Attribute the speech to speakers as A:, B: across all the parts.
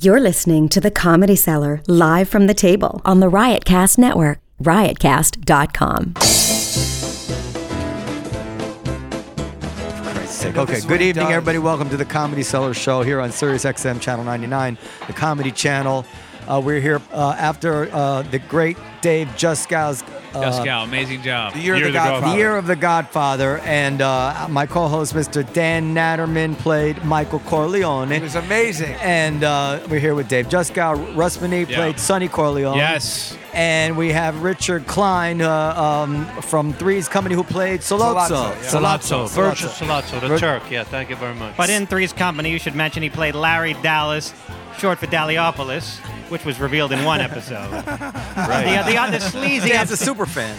A: You're listening to The Comedy Cellar live from the table on the Riotcast Network, riotcast.com.
B: Okay, good evening, everybody. Welcome to the Comedy Cellar Show here on Sirius XM Channel 99, the Comedy Channel. Uh, we're here uh, after uh, the great Dave Juskow's uh,
C: Pascal, amazing job.
D: the year of the Godfather.
B: The Year of the Godfather, and uh, my co-host, Mr. Dan Natterman, played Michael Corleone.
D: It was amazing.
B: and uh, we're here with Dave Juskow. Russ Manee
C: Yeah.
B: played Sonny Corleone.
C: Yes.
B: And we have Richard Klein uh, um, from Three's Company who played Solozzo.
D: Solazzo, yeah.
E: Salazzo, Virgil
B: Salazzo.
E: Salazzo, the
B: Vir-
E: Turk. Yeah, thank you very much.
F: But in Three's Company, you should mention he played Larry Dallas, short for Daliopolis, which was revealed in one episode. the, the, the sleazy,
B: Dan's a super fan.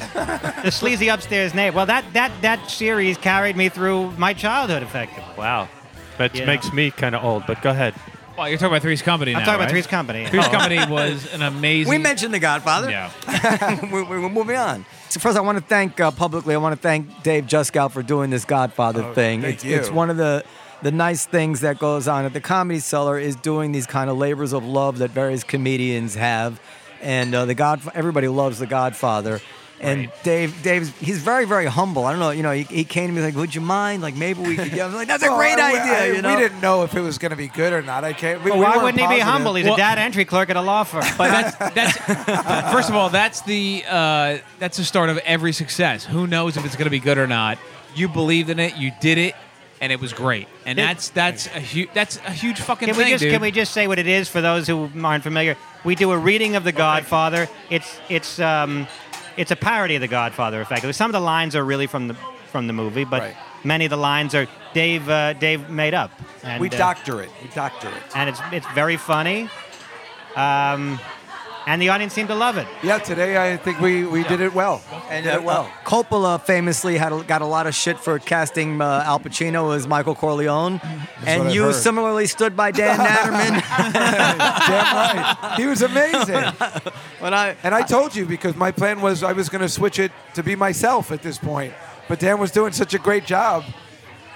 F: the sleazy upstairs neighbor. Well, that, that, that series carried me through my childhood, effectively.
E: wow, that
F: Yeah.
E: makes me kind of old. But go ahead.
C: Well, Oh, you're talking about Three's Company now,
F: I'm talking
C: right?
F: about Three's Company.
C: Three's
F: Oh.
C: Company was an amazing.
B: We mentioned The Godfather.
C: Yeah.
B: we, we, we're moving on. So first, I want to thank uh, publicly. I want to thank Dave Juskow for doing this Godfather thing.
D: Oh, thank
B: it's,
D: you.
B: it's one of the the nice things that goes on at the Comedy Cellar is doing these kind of labors of love that various comedians have, and uh, the God everybody loves the Godfather. And Dave, Dave's he's very, very humble. I don't know, you know, he, he came to me like, "Would you mind? Like, maybe we could." I was like, "That's a
D: Well,
B: great
D: Oh, I-
B: idea,"
D: I-
B: you know.
D: We didn't know if it was going to be good or not. I can't. We,
F: Well,
D: we
F: why
D: weren't
F: wouldn't he be
D: positive.
F: humble? He's
C: Well-
F: a dad entry clerk at a law firm.
C: But that's, that's first of all, that's the uh, that's the start of every success. Who knows if it's going to be good or not? You believed in it, you did it, and it was great. And that's that's a huge that's a huge fucking
F: Can
C: thing,
F: we just
C: dude.
F: can we just say what it is for those who aren't familiar? We do a reading of The Godfather. It's it's um, it's a parody of The Godfather, effectively. Some of the lines are really from the from the movie, but
D: Right.
F: many of the lines are Dave uh, Dave made up. And,
D: We
F: uh,
D: doctor it. We doctor it.
F: and it's it's very funny. Um, and the audience seemed to love it.
D: Yeah, today I think we, we did it well.
B: And
D: Did
B: uh,
D: it well.
B: Coppola famously had a, got a lot of shit for casting uh, Al Pacino as Michael Corleone,
D: what
B: and
D: I've
B: you
D: heard.
B: similarly stood by Dan Natterman.
D: Damn right. He was amazing.
B: when I
D: And I told you because my plan was I was going to switch it to be myself at this point. But Dan was doing such a great job.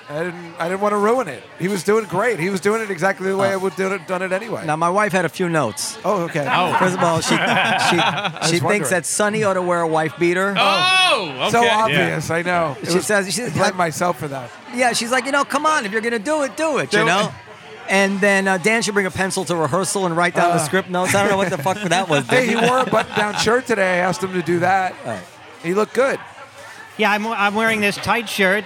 D: I didn't, I didn't want to ruin it. He was doing great. He was doing it exactly the way I
F: Oh.
D: would do it, done it anyway.
B: now my wife had a few notes.
D: oh, okay.
B: First of all, she she, she thinks
D: wondering.
B: that Sonny ought to wear a wife beater.
C: oh, okay.
D: So obvious. I know. It
B: She
D: was-
B: says- she-
D: I blame myself for that.
B: Yeah, she's like, you know, come on, if you're gonna do it, do it, you
C: Do
B: know.
C: it.
B: And then uh, Dan should bring a pencil to rehearsal and write down the script notes. I don't know what the fuck that was.
D: Uh. Hey,
B: dude.
D: he wore a button-down shirt today. I asked him to do that. He looked good.
F: Yeah, I'm I'm wearing this tight shirt,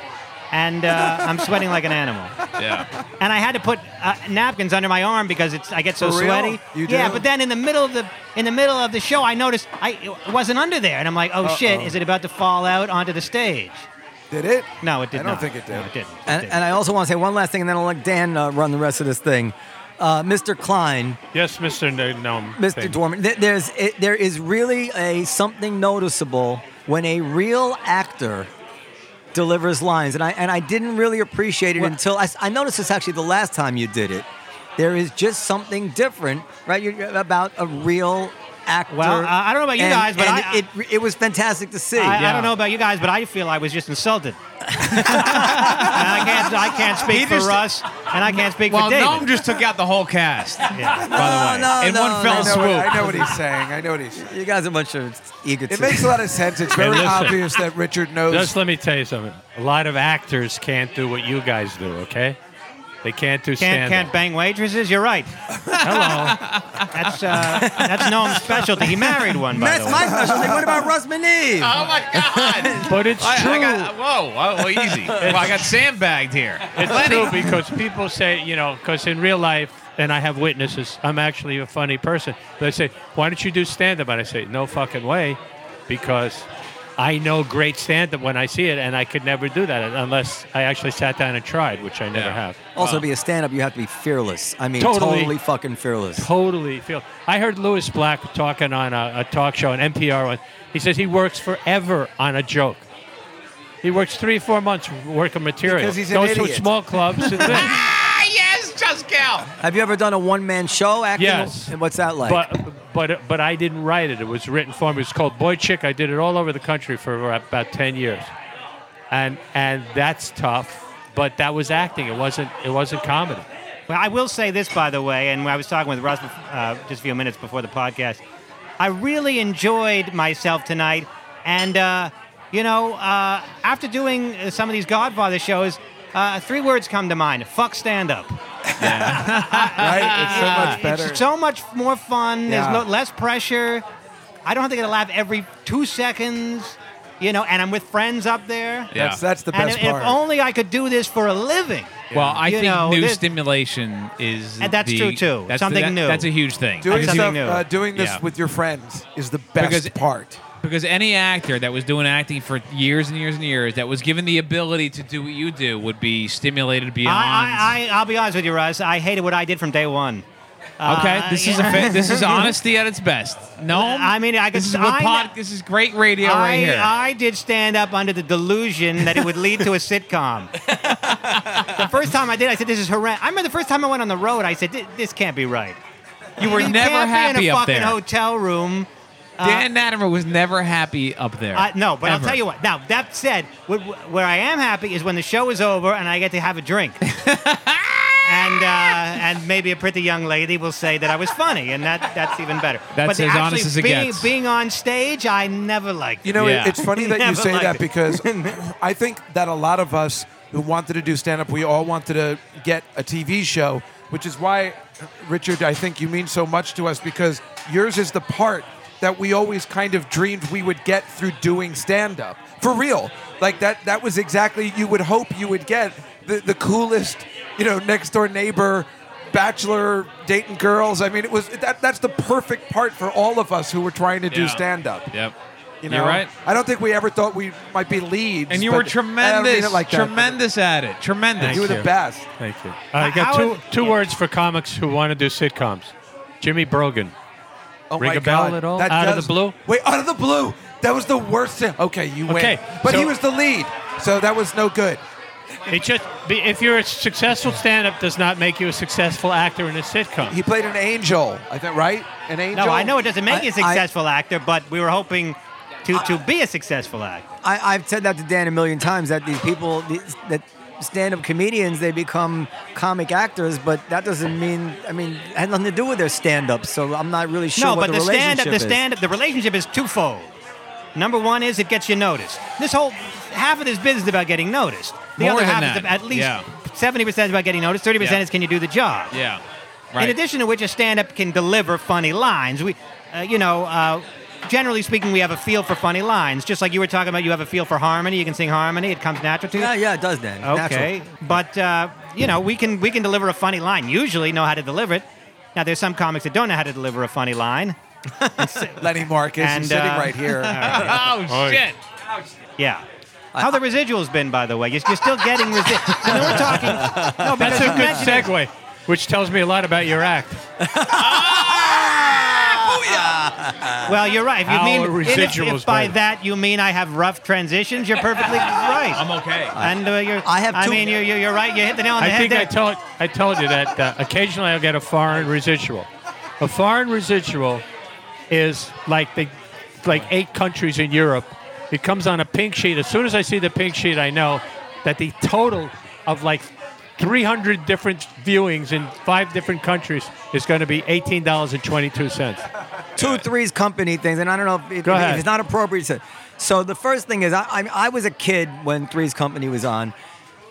F: and uh, I'm sweating like an animal.
C: Yeah.
F: and I had to put uh, napkins under my arm because it's I get so
D: For real?
F: sweaty.
D: You
F: Yeah,
D: do?
F: but then in the middle of the in the middle of the show, I noticed I it wasn't under there, and I'm like, oh shit, is it about to fall out onto the stage?
D: Did it?
F: No, it did
D: I don't
F: not.
D: think it did.
F: No, it didn't. It
B: And,
F: didn't.
B: and I also want to say one last thing, and then I'll let Dan uh, run the rest of this thing. Uh, Mr. Klein,
E: Yes, Mr. N- Gnome.
B: Mr.
E: thing.
B: Dorman, th- there's it, there is really a something noticeable when a real actor delivers lines, and I and I didn't really appreciate it until I, s- I noticed this actually the last time you did it. There is just something different, right? You, about a real actor.
F: Well, I- I don't know about you
B: and-
F: guys, but
B: and
F: I-
B: it it was fantastic to see.
F: I, I
E: yeah.
F: don't know about you guys, but I feel I was just insulted. And I can't I can't speak
C: He
F: for
C: just-
F: Russ, and I can't speak
C: Well,
F: for David.
C: Noam just took out the whole cast. By the
F: Yeah.
C: way,
B: No, no,
C: in
B: no,
C: one fell
B: no,
D: I know,
C: swoop.
D: what, I know what he's saying. I know what he's saying.
B: you guys are a bunch of egotists.
D: It makes a lot of sense. It's very
E: listen.
D: obvious that Richard knows.
E: Just let me tell you something. A lot of actors can't do what you guys do. Okay, they can't do
F: Can't,
E: stand.
F: can't bang waitresses. You're right.
E: Hello.
F: That's uh, that's Noam's specialty. He married one, by the
B: That's
F: way.
B: my specialty. What about Russ Manee?
C: Oh my god!
E: But it's
C: I,
E: true.
C: I got, whoa, whoa, whoa, easy. Well, I got sandbagged here.
E: It's true because people say, you know, because in real life, and I have witnesses, I'm actually a funny person. They say, why don't you do stand up? And I say, no fucking way, because I know great stand up when I see it, and I could never do that unless I actually sat down and tried, which I never
C: Yeah.
E: have.
B: Also, to be a stand-up, you have to be fearless. I mean, totally,
E: Totally.
B: fucking fearless.
E: Totally feel. I heard Lewis Black talking on a, a talk show, an NPR one. He says he works forever on a joke. He works three, four months working material.
D: Because he's an
E: Goes to
D: idiot.
E: small clubs. and things.
C: ah, yes, just Cal.
B: Have you ever done a one-man show acting?
E: Yes.
B: And what's that like?
E: But but but I didn't write it. It was written for me. It was called Boy Chick. I did it all over the country for about ten years, and and that's tough. But that was acting. It wasn't it wasn't comedy.
F: Well, I will say this, by the way, and when I was talking with Russ uh, just a few minutes before the podcast, I really enjoyed myself tonight. And, uh, you know, uh, after doing uh, some of these Godfather shows, uh, three words come to mind fuck stand up.
D: right? It's so much better.
F: It's so much more fun.
D: Yeah.
F: There's no, less pressure. I don't have to get a laugh every two seconds, you know, and I'm with friends up there.
D: that's, that's the
F: and
D: best
F: if, if
D: part.
F: only I could do this for a living.
C: Well, I
F: You
C: think
F: know,
C: new
F: this-
C: stimulation is.
F: And that's
C: the-
F: true, too.
C: That's
F: Something
C: that-
F: new.
C: That's a huge thing.
D: doing,
F: something
D: stuff,
F: new.
D: uh, doing this
C: Yeah.
D: with your friends is the best
C: Because-
D: part.
C: Because any actor that was doing acting for years and years and years that was given the ability to do what you do would be stimulated beyond.
F: I, I, I, I'll be honest with you, Russ. I hated what I did from day one.
C: okay,
F: uh,
C: this is a
F: yeah.
C: fa- this is honesty at its best. No,
F: I mean, I
C: this
F: could-
C: is what
F: I-
C: pod, this is great radio right
F: I,
C: here.
F: I did stand up under the delusion that it would lead to a sitcom. the first time I did, I said, "This is horrendous." I remember the first time I went on the road, I said, "Thi- "This can't be right."
C: you were
F: You
C: never
F: can't
C: happy
F: be in a
C: up
F: fucking
C: there.
F: hotel room.
C: Dan Natterman was never happy up there.
F: I, no, but I'll
C: Ever.
F: tell you what. Now that said, wh- wh- where I am happy is when the show is over and I get to have a drink. And, uh, and maybe a pretty young lady will say that I was funny, and that, that's even better.
C: That's as
F: but actually
C: honest as it
F: being,
C: gets.
F: being on stage, I never liked.
D: You
F: it.
D: know, it-
C: Yeah.
D: it's funny that you
F: Never
D: say
F: liked
D: that
F: it.
D: because I think that a lot of us who wanted to do stand up, we all wanted to get a TV show, which is why, Richard, I think you mean so much to us because yours is the part that we always kind of dreamed we would get through doing stand up. For real. Like that that was exactly you would hope you would get the, the coolest, you know, next door neighbor bachelor dating girls. I mean, it was that that's the perfect part for all of us who were trying to do
C: Yeah.
D: stand up.
C: Yep.
D: You know?
C: You're right.
D: I don't think we ever thought we might be leads.
C: And you
D: but-
C: were
D: I don't mean
C: tremendous,
D: it like uh, that, but
C: tremendous at it. Tremendous.
D: You were the best.
E: Thank you. I got
F: How
E: two,
F: is-
E: two
F: yeah.
E: words for comics who want to do sitcoms. Jimmy Brogan.
D: Oh
E: Ring
D: my
E: a bell
D: God.
E: at all? Out of the blue?
D: Wait, out of the blue. That was the worst. thing. Okay, you win.
E: Okay,
D: but he
E: so-
D: was the lead, so that was no good.
E: It just be- if you're a successful stand-up does not make you a successful actor in a sitcom.
D: He played an angel, I think, right? An angel.
F: No, I know it doesn't make you a
B: I- I-
F: successful actor, but we were hoping to, to be a successful actor.
B: I, I've said that to Dan a million times that these people, these, that stand-up comedians, they become comic actors, but that doesn't mean. I mean, it had nothing to do with their stand-up. So I'm not really sure
F: no,
B: what
F: but
B: the,
F: the stand
B: relationship
F: up, the
B: is.
F: stand up, the relationship is twofold. Number one is it gets you noticed. This whole half of this business is about getting noticed. The
C: More
F: other
C: than
F: half is
C: that.
F: about, at least
C: Yeah.
F: seventy percent is about getting noticed. Thirty percent
C: Yeah.
F: is can you do the job?
C: Yeah. Right.
F: In addition to which, a stand-up can deliver funny lines. We, uh, you know, uh, generally speaking, we have a feel for funny lines. Just like you were talking about, you have a feel for harmony. You can sing harmony; it comes natural to you.
B: Yeah, yeah, it does, Dan.
F: Okay,
B: Natural.
F: but uh, you know we can we can deliver a funny line. Usually know how to deliver it. Now there's some comics that don't know how to deliver a funny line.
D: Lenny Marcus.
F: And,
D: he's sitting
F: uh,
D: right here.
C: oh shit.
F: Yeah. How the residuals been, by the way? You're, you're still getting residuals. no, we're talking. No, because
E: That's a
F: you
E: good
F: mentioned it.
E: segue, which tells me a lot about your act.
F: Well, you're right. If you
E: How
F: mean
E: are
F: and if-
E: residuals
F: if by
E: been?
F: that you mean I have rough transitions, you're perfectly right.
C: I'm okay.
F: And uh, you're.
B: I have
F: I
B: two-
F: mean, you're, you're, you're right. You hit the nail on the
E: I
F: head.
E: think
F: there.
E: I told I told you that uh, occasionally I'll get a foreign residual. A foreign residual is like the like eight countries in Europe. It comes on a pink sheet. As soon as I see the pink sheet, I know that the total of like 300 different viewings in five different countries is going to be $18.22.
B: two threes company things, and I don't know if, if,
E: Go ahead.
B: it's not appropriate. To, so the first thing is, I, I I was a kid when Three's Company was on,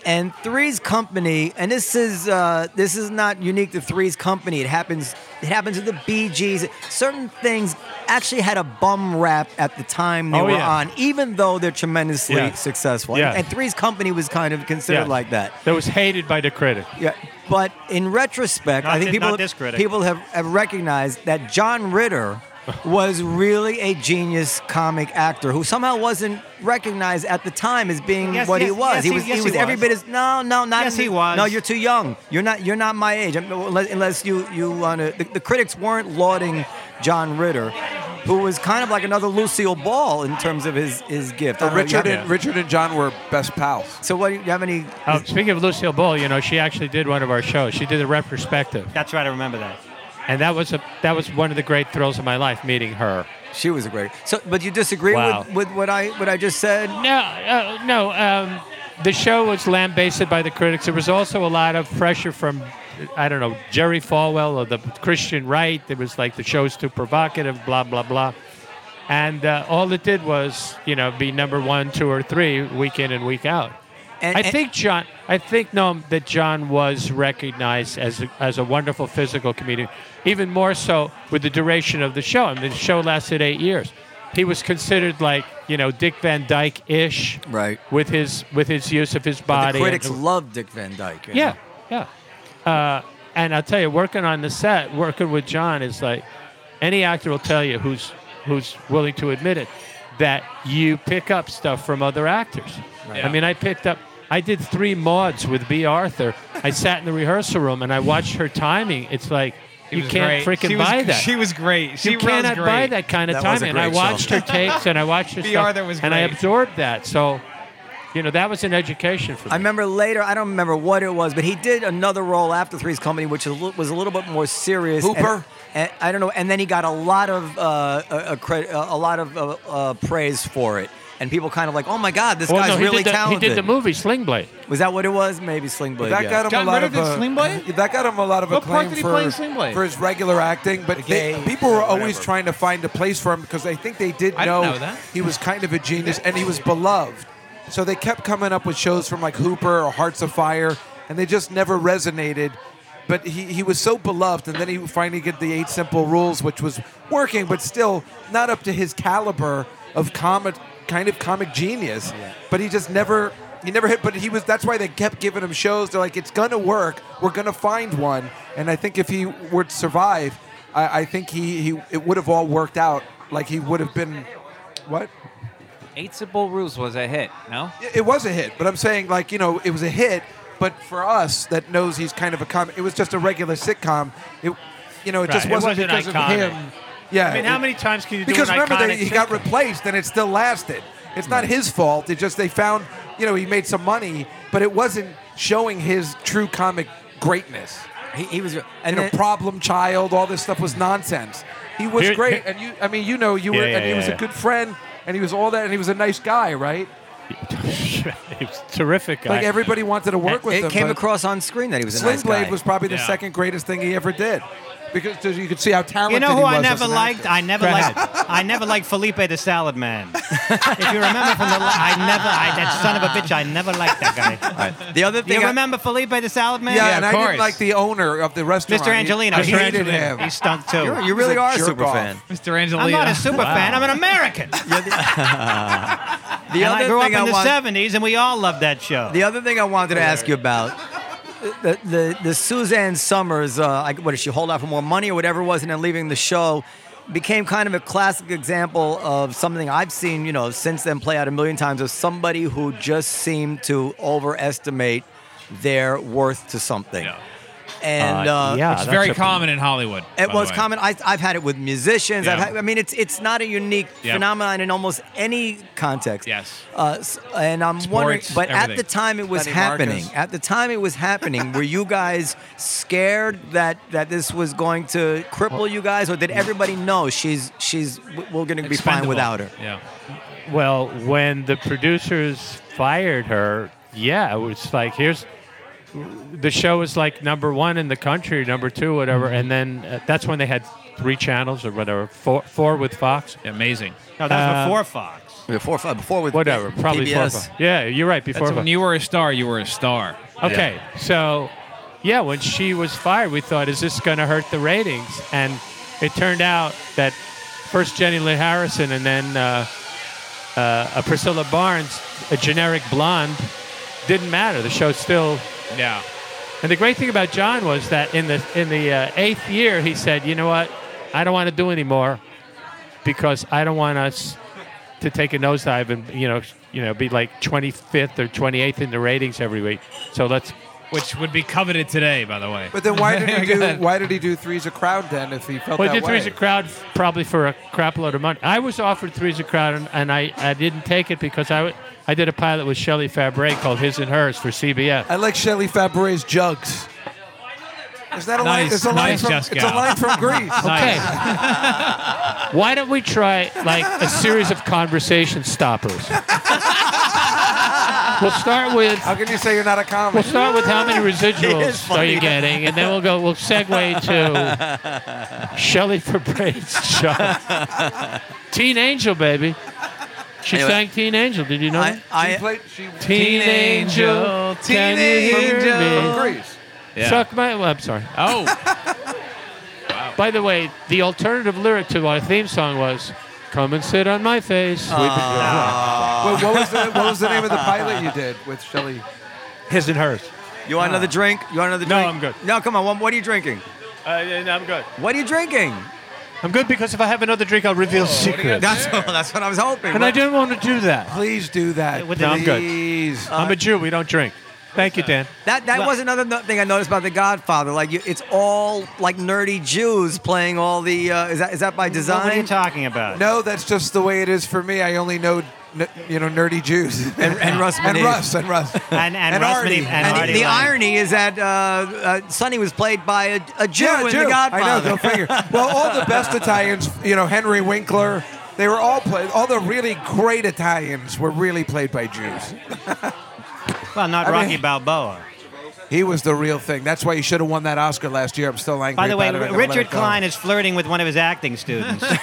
B: and Three's Company, and this is uh, this is not unique to Three's Company. It happens it happens to the BGS. Certain things actually had a bum rap at the time they
E: Oh,
B: were
E: yeah.
B: on, even though they're tremendously
E: Yeah.
B: successful.
E: Yeah.
B: And, and Three's Company was kind of considered like that.
E: That was hated by the critic.
B: Yeah, but in retrospect,
F: Not
B: I think
F: thi-
B: people
F: not this critic.
B: people have, have recognized that John Ritter was really a genius comic actor who somehow wasn't recognized at the time as being
F: Yes,
B: what he
F: yes,
B: was.
F: yes,
B: he
F: he-
B: was
F: yes,
B: he
F: he
B: was every
F: was.
B: bit as no no not
F: Yes, he was.
B: no you're too young you're not you're not my age I mean, unless, unless you you want to the, the critics weren't lauding John Ritter. Who was kind of like another Lucille Ball in terms of his his gift? I don't know,
D: Richard
B: you
D: and
B: have-
D: Richard and John were best pals.
B: So what? do You you have any?
E: Uh, speaking of Lucille Ball, you know, she actually did one of our shows. She did a retrospective.
F: That's right. I remember that.
E: And that was a that was one of the great thrills of my life, meeting her.
B: She was a great. So, but you disagree
E: Wow.
B: with, with what I what I just said?
E: No, uh, no. Um, the show was lambasted by the critics. There was also a lot of pressure from I don't know, Jerry Falwell or the Christian right. It was like the show's too provocative, blah, blah, blah. And uh, all it did was, you know, be number one, two, or three week in and week out.
B: And-
E: I
B: and-
E: think John. I think no, that John was recognized as a, as a wonderful physical comedian, even more so with the duration of the show. I mean, the show lasted eight years. He was considered like you know Dick Van Dyke ish,
B: Right.
E: With his with his use of his
B: But
E: body.
B: the
E: and-
B: critics love Dick Van Dyke. you
E: yeah,
B: know?
E: yeah. Uh, and I'll tell you, working on the set, working with John is like any actor will tell you who's who's willing to admit it that you pick up stuff from other actors.
C: Right.
E: I mean, I picked up. I did three mods with B. Arthur. I sat in the rehearsal room and I watched her timing. It's like
C: She
E: you
C: was
E: can't
C: great.
E: freaking
C: She was-
E: buy that.
C: She was great. She
E: you
C: was
E: cannot
C: great.
E: buy that kind of
B: That was a
E: timing. And I
B: great
E: watched
B: show.
E: her takes and I watched her
C: B.
E: stuff
C: Arthur was
E: and I
C: great.
E: absorbed that. So, you know, that was an education for me.
B: I remember later, I don't remember what it was, but he did another role after Three's Company, which was a li- was a little bit more serious. and-
D: Hooper?
B: and- I don't know. And then he got a lot of uh, a, a, cre- a lot of uh, uh, praise for it, and people kind of like, "Oh my God, this
E: Well,
B: guy's
E: no, he
B: really
E: did the,
B: talented."
E: He did the movie Sling Blade.
B: Was that what it was? Maybe Sling Blade.
D: That
B: yeah.
D: got him
C: John
D: a lot
C: Ritter
D: of
C: did
D: uh,
C: Sling Blade?
D: That got him a lot of
C: What part
D: acclaim
C: did he
D: for,
C: play in Sling Blade?
D: for his regular acting, but they,
B: gay,
D: people were
B: yeah,
D: always
B: whatever.
D: trying to find a place for him because I think they did
C: I didn't
D: know,
C: know that.
D: he was kind of a genius and he was beloved. So they kept coming up with shows from like Hooper or Hearts of Fire, and they just never resonated. But he, he was so beloved, and then he finally get the Eight Simple Rules, which was working, but still not up to his caliber of comic kind of comic genius. But he just never he never hit. But he was that's why they kept giving him shows. They're like, it's gonna work. We're gonna find one. And I think if he were to survive, I, I think he, he it would have all worked out. Like he would have been what?
C: Eight Simple Rules was a hit. No.
D: It- It was a hit, but I'm saying like you know it was a hit, but for us that knows he's kind of a comic, it was just a regular sitcom. It you know it just
E: Right, it wasn't
D: wasn't, because
E: iconic.
D: of him. Yeah.
E: I mean, how many times can you do
D: Because
E: an
D: remember
E: iconic
D: they, he got
E: sitcom?
D: replaced and it still lasted. It's not his fault. It just they found you know he made some money, but it wasn't showing his true comic greatness.
B: he, he was,
D: You
B: and
D: know,
B: then-
D: problem child, all this stuff was nonsense. He was
E: Here-
D: great,
E: here-
D: and you I mean you know you
E: Yeah,
D: were
E: yeah,
D: and he
E: yeah,
D: was
E: yeah.
D: a good friend, and he was all that, and he was a nice guy, right?
E: it was terrific.
D: Like
E: I-
D: everybody wanted to work with
B: it
D: him.
B: came
D: but-
B: across on screen that he was a
D: Sling
B: nice
D: Blade
B: guy.
D: was probably the
E: Yeah.
D: second greatest thing he ever did, because 'cause you could see how talented.
F: You know who
D: he was
F: I
D: as
F: never
D: an
F: liked?
D: actor.
F: I never
E: Go
F: liked.
E: ahead.
F: I never liked Felipe the Salad Man. if you remember from the, la- I never. I, that son of a bitch. I never liked that guy.
B: the other thing
F: You
B: I-
F: remember Felipe the Salad Man?
D: yeah, and I
C: course.
D: didn't like the owner of the restaurant,
F: Mr. Angelino.
D: I
F: He-
D: hated him.
F: He stunk too.
B: You're- you really
D: a
B: are a
D: jerk
B: super
D: off.
B: fan.
C: Mr. Angelina.
F: I'm not a super fan. I'm an American.
B: The
F: and I
B: other
F: grew up
B: thing
F: in the
B: want-
F: 70s, and we all loved that show.
B: The other thing I wanted to ask you about the the, the Suzanne Summers, uh, I, what did she hold out for more money or whatever it was, and then leaving the show became kind of a classic example of something I've seen, you know, since then play out a million times of somebody who just seemed to overestimate their worth to something.
C: Yeah.
B: And uh,
E: yeah,
C: It's
E: that's
C: very
E: a-
C: common in Hollywood. by
B: It
C: the
B: was
C: way.
B: common. I, I've had it with musicians. I've
C: Yeah.
B: had, I mean, it's it's not a unique
C: Yeah.
B: phenomenon in almost any context.
C: Yes.
B: Uh, s- and I'm wondering,
C: Sports,
B: but at
C: everything.
B: the time it was
D: Benny Marcus.
B: happening. At the time it was happening, were you guys scared that that this was going to cripple you guys, or did everybody know she's she's we're going to be fine
C: Expendable.
B: without her?
C: Yeah.
E: Well, when the producers fired her, yeah, it was like here's the show was like number one in the country, number two, whatever, and then uh, that's when they had three channels or whatever, four, four with Fox,
C: Amazing.
F: no, that was
E: Uh,
F: before Fox.
B: Before before with
E: whatever, probably four.
B: PBS.
E: Fox. Yeah, you're right. Before
C: That's
E: Fox.
C: when you were a star, you were a star.
E: Okay, so yeah, when she was fired, we thought, is this going to hurt the ratings? And it turned out that first Jenny Lynn Harrison and then uh, uh, a Priscilla Barnes, a generic blonde, didn't matter. The show still.
C: Yeah.
E: And the great thing about John was that in the in the uh, eighth year, he said, you know what, I don't want to do anymore because I don't want us to take a nosedive and you know you know be like 25th or 28th in the ratings every week. So let's
C: Which would be coveted today, by the way.
D: But then why did he do?
C: Good.
D: Why did he do Three's a Crowd then? If he felt
E: Well, I
D: that
E: did
D: way,
E: Three's a Crowd f- probably for a crap load of money. I was offered Three's a Crowd, and, and I, I didn't take it because I, w- I did a pilot with Shelley Fabre called His and Hers for CBS.
D: I like Shelley Fabre's jugs. Is that a
C: Nice,
D: line? It's a line
C: nice,
D: from,
C: Jessica.
D: It's a line from Greece.
E: Okay. Why don't we try like a series of conversation stoppers? We'll start with
D: How can you say you're not a
E: we'll
D: comic?
E: start with how many
B: is
E: residuals are
B: funny.
E: you getting, and then we'll go. We'll segue to Shelley for Brains show. Teen Angel, baby. She
B: Anyway.
E: sang Teen Angel. Did you know?
B: I,
E: that?
D: She
B: I,
D: played. She
E: Teen Angel,
C: Teen
E: can you hear
C: Angel.
E: me?
D: agrees.
C: Yeah.
E: Suck my. Well, I'm sorry.
C: Oh,
E: By the way, the alternative lyric to our theme song was "Come and sit on my face."
D: Wait, what was the What was the name of the pilot you did with Ah. Shelley?
E: His and hers.
B: you want another drink? You want another
E: No,
B: drink?
E: I'm good. Uh,
B: No, come on. What, what are you drinking?
E: I'm good.
B: What are you drinking?
E: I'm good because if I have another drink, I'll reveal secrets.
B: That's that's what I was hoping.
E: And I didn't want to do that.
D: Please do that. Please.
F: With the- No,
E: I'm good. I'm
B: Uh,
E: a Jew. We don't drink. Thank you, Dan.
B: That that
F: Well-
B: was another no- thing I noticed about The Godfather. Like you, it's all like nerdy Jews playing all the. Uh, is that is that by design?
F: What are you talking about?
D: No, that's just the way it is for me. I only know, n- you know, nerdy Jews and,
B: and Russ
D: and
B: Manif.
D: Russ and Russ
F: And, and, Russ
D: Artie.
F: Manif-
B: And
F: and Artie
B: the
F: Lang.
B: irony is that uh, uh, Sonny was played by a, a Jew
D: Yeah,
B: in
D: Jew.
B: The Godfather.
D: I know. Go figure. well, all the best Italians, you know, Henry Winkler. They were all played. All the really great Italians were really played by Jews.
F: Well, not
D: I mean-
F: Rocky Balboa.
D: He was the real thing. That's why he should have won that Oscar last year. I'm still angry.
F: By the way,
D: about it. I'm gonna let
F: Richard
D: it go.
F: Klein is flirting with one of his acting students.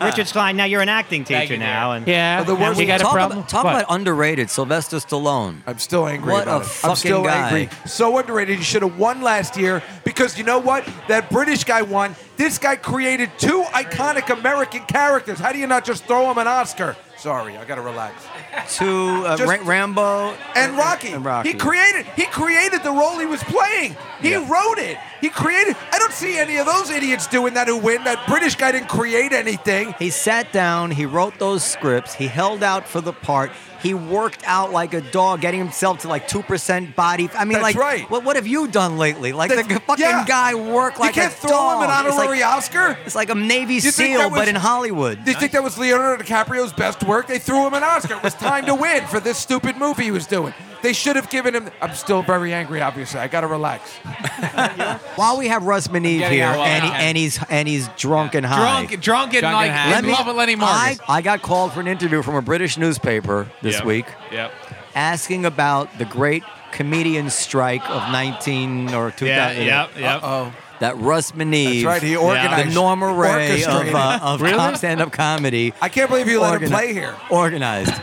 F: Richard Klein, now you're an acting
C: Thank
F: teacher
C: you,
F: now, and
E: Yeah.
D: Well, the worst-
E: we got
B: talk
E: a problem.
B: About, talk
E: What?
B: about underrated Sylvester Stallone.
D: I'm still angry
B: What
D: about
B: a
D: it. I'm still
B: fucking guy.
D: angry. So underrated. He should have won last year because you know what? That British guy won. This guy created two iconic American characters. How do you not just throw him an Oscar? Sorry, I gotta relax.
B: To uh,
D: Just-
B: Ra- Rambo
D: And Rocky.
B: And Rocky.
D: He created. He created the role he was playing. He wrote it. He created. I don't see any of those idiots doing that who win. That British guy didn't create anything.
B: He sat down, he wrote those scripts, he held out for the part, he worked out like a dog, getting himself to like 2% body. I mean,
D: That's
B: like,
D: right.
B: what, what have you done lately? Like,
D: That's-
B: the g- fucking
D: yeah.
B: guy worked like
D: you can't
B: a
D: throw
B: dog.
D: him an
B: It's
D: honorary
B: like-
D: Oscar.
B: It's like a Navy
D: You think
B: SEAL,
D: that was-
B: but in Hollywood.
D: Do you think that was Leonardo DiCaprio's best work? They threw him an Oscar. It was time to win for this stupid movie he was doing. They should have given him. I'm still very angry, obviously. I got to relax.
B: While we have Russ Maneve
C: getting
B: here,
C: out of
B: and, he,
C: line.
B: and he's and he's drunk and high.
C: drunk, drunk and
E: Drunk
C: like
E: and high.
C: in love with Lenny
B: I,
C: Marcus.
B: I got called for an interview from a British newspaper this
C: Yep.
B: week
C: Yep.
B: asking about the great comedian strike of 19 or 2000.
C: Yeah. Yep. Yep.
B: that Russ Maneve.
D: That's right, he
B: the
D: organized.
B: Norma Ray of,
D: orchestrated.
B: uh, of com- stand-up comedy.
D: I can't believe you let
B: Organi-
D: him play here.
B: Organized.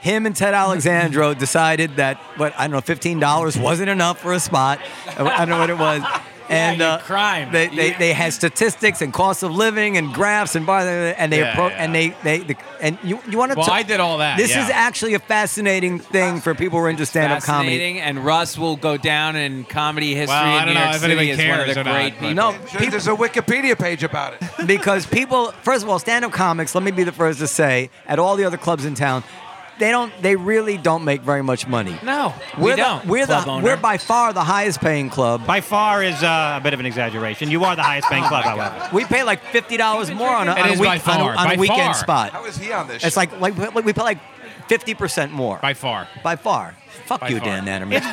B: Him and Ted Alexandro decided that what I don't know, fifteen dollars wasn't enough for a spot. I don't know what it was. And
C: you
B: uh,
C: crime.
B: They, they,
C: Yeah.
B: they had statistics and cost of living and graphs and bar and they
C: Yeah,
B: appro-
C: yeah.
B: and they they the, and you you want to
C: Well, I did all that,
B: This
C: yeah.
B: is actually a fascinating thing for people who are into stand-up comedy.
G: fascinating, and Russ will go down in comedy history
C: Well, I
G: in
C: don't
G: New
C: know
G: York
C: if
G: City
C: anybody
G: as one
C: cares
G: of
C: or
G: the
C: not,
G: great
C: but-
G: people.
B: No,
D: Sure,
B: people,
D: There's a Wikipedia page about it.
B: because people first of all stand-up comics let me be the first to say at all the other clubs in town they don't they really don't make very much money
C: No,
B: we're
C: we
B: the,
C: don't.
B: we're
C: club
B: the
C: owner.
B: we're by far the highest paying club Oh
F: by far is uh, a bit of an exaggeration. You are the highest paying club, however.
B: we pay like $50 more on a,
C: It
B: on a,
C: is
B: week-
C: by far,
B: on a- on a
C: by far.
B: weekend
D: How
B: spot
D: is he on this?
B: it's like, like we- we pay like 50% more
C: by far.
B: By far fuck
C: By
B: you
C: far.
B: Dan Natterman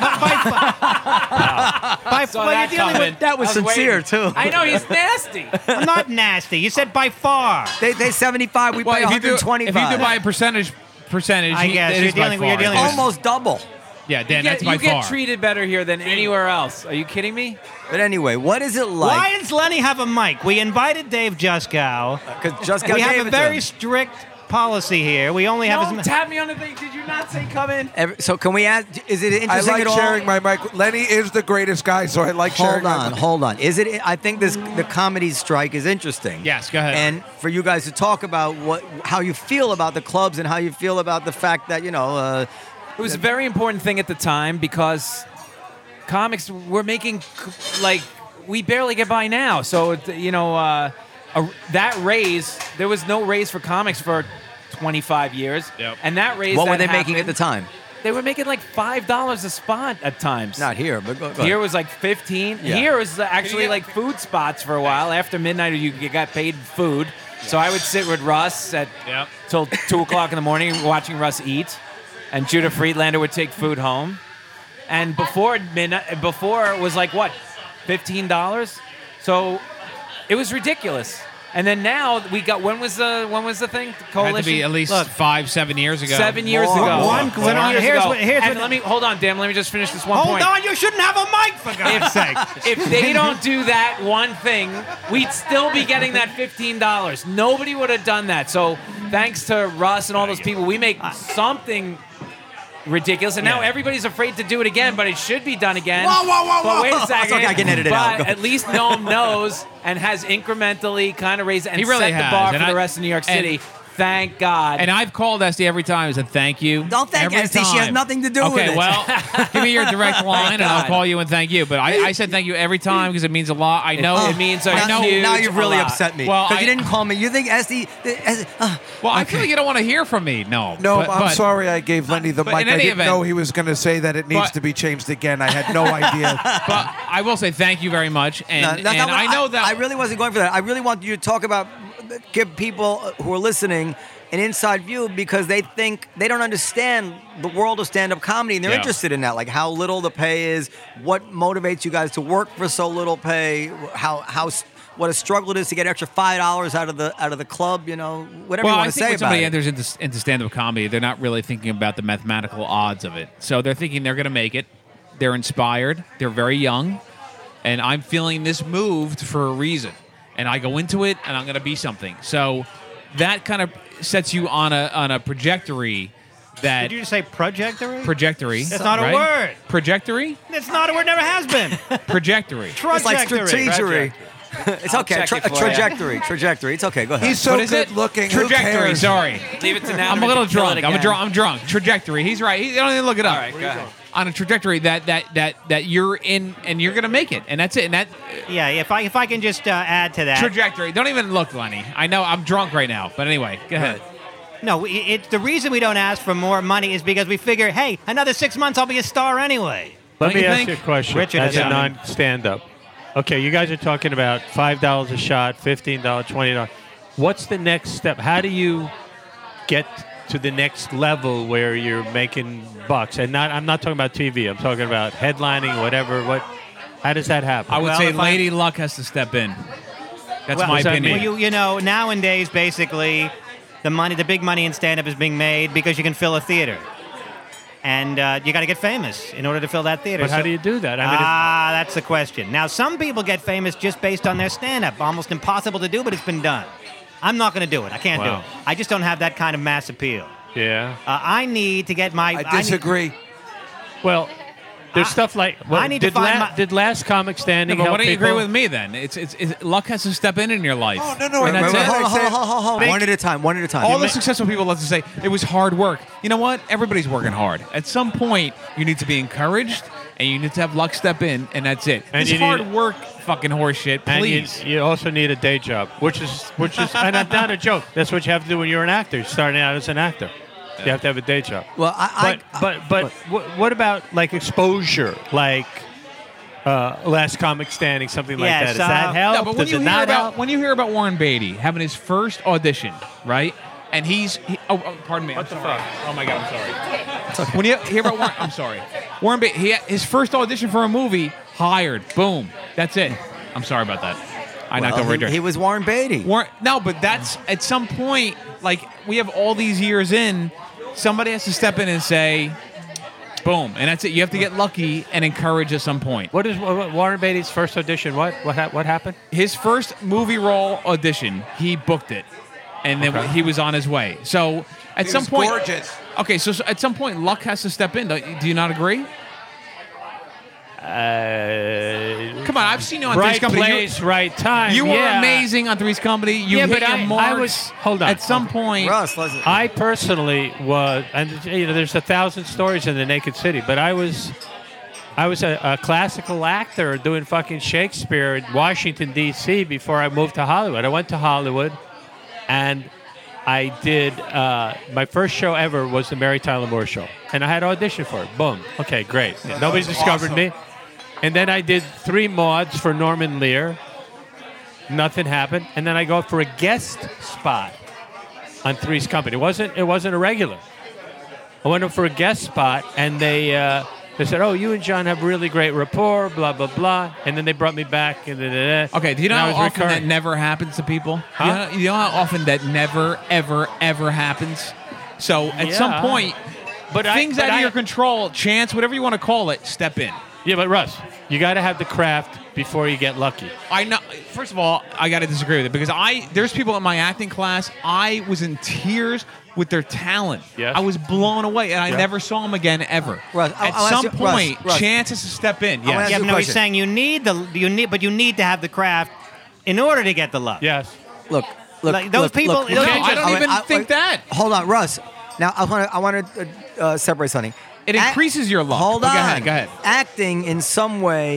F: By
C: Saw
F: well,
C: that
F: you're dealing
C: coming.
F: with.
B: that was
C: I was
B: sincere
C: waiting.
B: too
G: I know he's nasty.
F: I'm not nasty. You said by far.
B: they, they 75 we pay
C: Well, if you do, if you
B: 125
C: do by a percentage, percentage,
F: I
C: he-
F: guess
C: it
F: you're
C: is by
F: dealing- you're
C: far.
F: dealing with-
B: almost double
C: Yeah, Dan,
G: you get,
C: that's by
G: you get
C: far.
G: treated better here than anywhere else. Are you kidding me?
B: but anyway what is it
F: Why
B: like
F: does Lenny have a mic? We invited Dave Juskow.
B: because just got
F: We have a
B: Davidson.
F: very strict policy here. We only have
G: no,
F: as
G: tap me on the thing. Did you not say come in?
B: Every- so can we ask is it
D: I
B: interesting
D: like
B: at all
D: sharing my mic. Lenny is the greatest guy, so I like sharing.
B: Hold
D: my
B: on,
D: mic.
B: hold on. Is it? I think this the comedy strike is interesting.
C: Yes, go ahead.
B: And for you guys to talk about what, how you feel about the clubs and how you feel about the fact that you know, uh,
G: It was a very important thing at the time because comics were making c- like we barely get by now. So it- you know uh, a, that raise, there was no raise for comics for 25 years,
C: Yep.
G: and that raise.
B: what were
G: that
B: they making at the
G: happened,
B: time?
G: They were making like five dollars a spot at times.
B: Not here, but go, go
G: Here
B: ahead.
G: was like 15.
B: Yeah.
G: Here was actually
C: get-
G: like food spots for a while. After midnight, you you got paid food. So I would sit with Russ at
C: Yep.
G: till two o'clock in the morning, watching Russ eat, and Judah Friedlander would take food home. And before midnight, before it was like what, fifteen dollars? So it was ridiculous. And then now we got when was the when was the thing?
C: Had
G: Coalition.
C: to be at least
G: Look,
C: five, seven years ago.
G: seven years
B: More.
G: ago.
F: One-
G: Seven
F: one-
G: years
F: here's
G: ago.
F: what- here's
G: and
F: what-
G: let me hold on, damn. Let me just finish this one
F: Hold
G: point.
F: on, you shouldn't have a mic for God's sake.
G: If they don't do that one thing, we'd still be getting that fifteen dollars. Nobody would have done that. So thanks to Russ and all those people, we make something ridiculous, and now
F: Yeah.
G: everybody's afraid to do it again. But it should be done again.
B: Whoa, whoa, whoa,
G: But
B: whoa.
G: wait a
B: That's
G: second.
B: okay, I can edit it
G: but
B: out. Go ahead.
G: At least Noam knows and has incrementally kind of raised and
C: He really
G: set the
C: has,
G: bar
C: and
G: for
C: I-
G: the rest of New York
C: and-
G: City. Thank God.
C: And I've called Esty every time and said thank you.
B: Don't thank
C: every
B: Esty. She has
C: time.
B: nothing to do
C: okay,
B: with it.
C: well, give me your direct line and I'll
G: God.
C: call you and thank you. But I, I said thank you every time because it means a lot. I know
G: it means a
C: I
B: Oh, now,
C: know.
G: huge
B: now you've really
G: a lot.
B: upset me.
C: Well,
B: Because
C: I-
B: you didn't call me. You think Esty. Esty uh,
C: Well, I feel like you don't want to hear from me. No.
D: No,
C: but-
D: I'm
C: but-
D: sorry I gave Lenny the
C: but
D: mic.
C: in
D: I
C: any
D: didn't
C: event-
D: know he was going to say that it needs
C: But-
D: to be changed again. I had no idea.
C: But I will say thank you very much. And,
B: no, that's
C: and
B: not what-
C: I know that.
B: I really wasn't going for that. I really want you to talk about, give people who are listening an inside view because they think they don't understand the world of stand-up comedy and they're
C: Yeah.
B: interested in that like how little the pay is what motivates you guys to work for so little pay how how s- what a struggle it is to get extra five dollars out of the out of the club you know whatever
C: well,
B: you
C: I think
B: want to say
C: when
B: about
C: somebody
B: it
C: enters into, into stand-up comedy, they're not really thinking about the mathematical odds of it. So they're thinking they're going to make it. They're inspired. They're very young, and I'm feeling this moved for a reason. And I go into it, and I'm going to be something. So that kind of sets you on a on a trajectory that
F: Did you just say projectory?
C: trajectory.
F: That's not a
C: right?
F: word.
C: Trajectory.
F: It's not a word. Never has been.
C: Trajectory.
B: it's like strategery it's okay
G: check
B: tra-
G: it for you.
B: trajectory trajectory it's okay go ahead
D: He's so
C: What is
D: good
C: it?
D: looking. who
C: Trajectory.
D: cares?
C: Sorry.
G: Leave it to now.
C: I'm a little drunk. I'm, a drunk. I'm drunk. Trajectory. He's right. He, you don't even look it up.
G: All right, go ahead.
C: On a trajectory that that that that you're in, and you're gonna make it, and that's it. And that
F: Yeah, if I if I can just uh, add to that.
C: trajectory. Don't even look, Lenny. I know I'm drunk right now, but anyway, go ahead.
F: no, it, it, the reason we don't ask for more money is because we figure, hey, another six months, I'll be a star anyway.
E: Let
C: Don't
E: me
C: you
E: ask
C: think?
E: you a question.
F: Richard
E: As
F: has
E: a
F: something.
E: non-stand-up. Okay, you guys are talking about five dollars a shot, fifteen dollars, twenty dollars. What's the next step? How do you get to the next level where you're making bucks? And not, I'm not talking about TV. I'm talking about headlining, whatever. What? How does that happen?
C: I would
F: Well,
C: say
F: if I-
C: Lady Luck has to step in. That's
F: Well,
C: my
E: does that
C: opinion.
E: mean-
F: Well, you, you know, nowadays, basically, the money, the big money in stand-up is being made because you can fill a theater, and uh, you got to get famous in order to fill that theater.
E: But how
F: So-
E: do you do that? I mean, if-
F: ah, that's the question. Now, some people get famous just based on their stand-up. Almost impossible to do, but it's been done. I'm not going to do it. I can't
E: Wow.
F: do it. I just don't have that kind of mass appeal.
E: yeah.
F: Uh, I need to get my.
D: I
F: need-
D: disagree.
E: Well, there's
F: I-
E: stuff like. Well,
F: I need to
E: did,
F: find
E: la-
F: my-
E: did last comic
C: Yeah,
E: standing
C: but
E: help
C: why don't you agree
E: people?
C: with me then? It's, it's it's luck has to step in in your life.
D: Oh, no, no,
C: and
D: wait,
C: that's
D: wait,
C: it.
D: wait,
B: Hold on,
D: Say-
B: hold on, hold on, hold on.
F: Big-
B: one at a time one at a time
C: All the successful people love to say it was hard work. You know what? Everybody's working hard. At some point, you need to be encouraged and you need to have luck step in, and that's it.
E: And
C: this
E: you need-
C: hard work, fucking horseshit.
E: And you,
C: Please.
E: you also need a day job, which is which is and that's not a joke. That's what you have to do when you're an actor, starting out as an actor. You have to have a day job.
B: well i,
E: But
B: I
E: but but what, what about like exposure, like uh, last comic standing, something like
F: Yeah,
E: that? Does
F: so-
B: uh,
E: that help?
C: No, but when
E: Does
C: you
E: it
C: hear
E: not
C: about
E: help?
C: when you hear about Warren Beatty having his first audition, right? And he's he, oh, oh, pardon me. What the fuck? Oh my god, I'm sorry. When you hear about Warren, I'm sorry. Warren Beatty, he, his first audition for a movie, hired. Boom. That's it. I'm sorry about that. I knocked
B: well,
C: over a
B: he,
C: drink.
B: he was warren beatty
C: Weren't, no, but that's at some point. Like we have all these years in, somebody has to step in and say, "Boom!" And that's it. You have to get lucky and encourage at some point.
E: What is what, what- Warren Beatty's first audition? What what hap- what happened?
C: His first movie role audition, he booked it, and then he was on his way. So at
D: He
C: some
D: was
C: point,
D: gorgeous.
C: Okay, so, so at some point, luck has to step in. don't you- Do you not agree?
E: Uh,
C: Come on, I've seen you on
E: right
C: Three's Company. You-
E: place, right time.
C: You,
E: yeah.
C: were amazing on Three's Company. You
E: Yeah,
C: hit
E: but I-
C: your
E: I
C: marks.
E: was- hold on.
C: At some point,
B: Russ, listen.
E: I personally was, and you know, there's a thousand stories in the Naked City, but I was, I was a, a classical actor doing fucking Shakespeare in Washington D.C. before I moved to Hollywood. I went to Hollywood, and I did uh, my first show ever was the Mary Tyler Moore Show, and I had auditioned for it. Boom. Okay, great. Nobody discovered me, and then I did three mods for Norman Lear. Nothing happened, and then I go for a guest spot on Three's Company. It wasn't it wasn't a regular. I went up for a guest spot, and they uh, They said, "Oh, you and John have really great rapport." Blah blah blah. And then they brought me back. And da, da, da.
C: Okay, do you know
E: And I
C: how
E: was
C: often that
E: recurring.
C: never happens to people?
E: Huh?
C: You, know, you know how often that never, ever, ever happens? So at some
E: Yeah.
C: point,
E: But I-
C: things
E: but
C: out of
E: I-
C: your control, chance, whatever you want to call it, step in.
E: Yeah, but Russ, you got to have the craft before you get lucky.
C: I know. First of all, I got to disagree with it because I there's people in my acting class. I was in tears with their talent.
E: Yes.
C: I was blown away, and I
E: Yeah.
C: never saw them again ever.
B: Russ, I-
C: At
B: I'll ask
C: some
B: you- Russ,
C: point,
B: Russ.
C: chance is to step in.
B: wanna
C: Yes.
B: ask
F: Yeah,
B: you
F: but
B: a
F: no, he's
B: question.
F: saying you need the you need, but you need to have the craft in order to get the luck.
E: Yes.
B: Look, look,
F: Like, those
B: look,
F: people-
B: look,
F: those
C: No,
B: look.
F: people-
C: I don't
B: All right,
C: even
B: I-
C: think
B: wait.
C: that.
B: Hold on, Russ. Now I want to I want to uh, uh, separate something.
C: It
B: Ac-
C: increases your luck.
B: Hold
C: But
B: on.
C: go ahead, go ahead.
B: Acting in some way,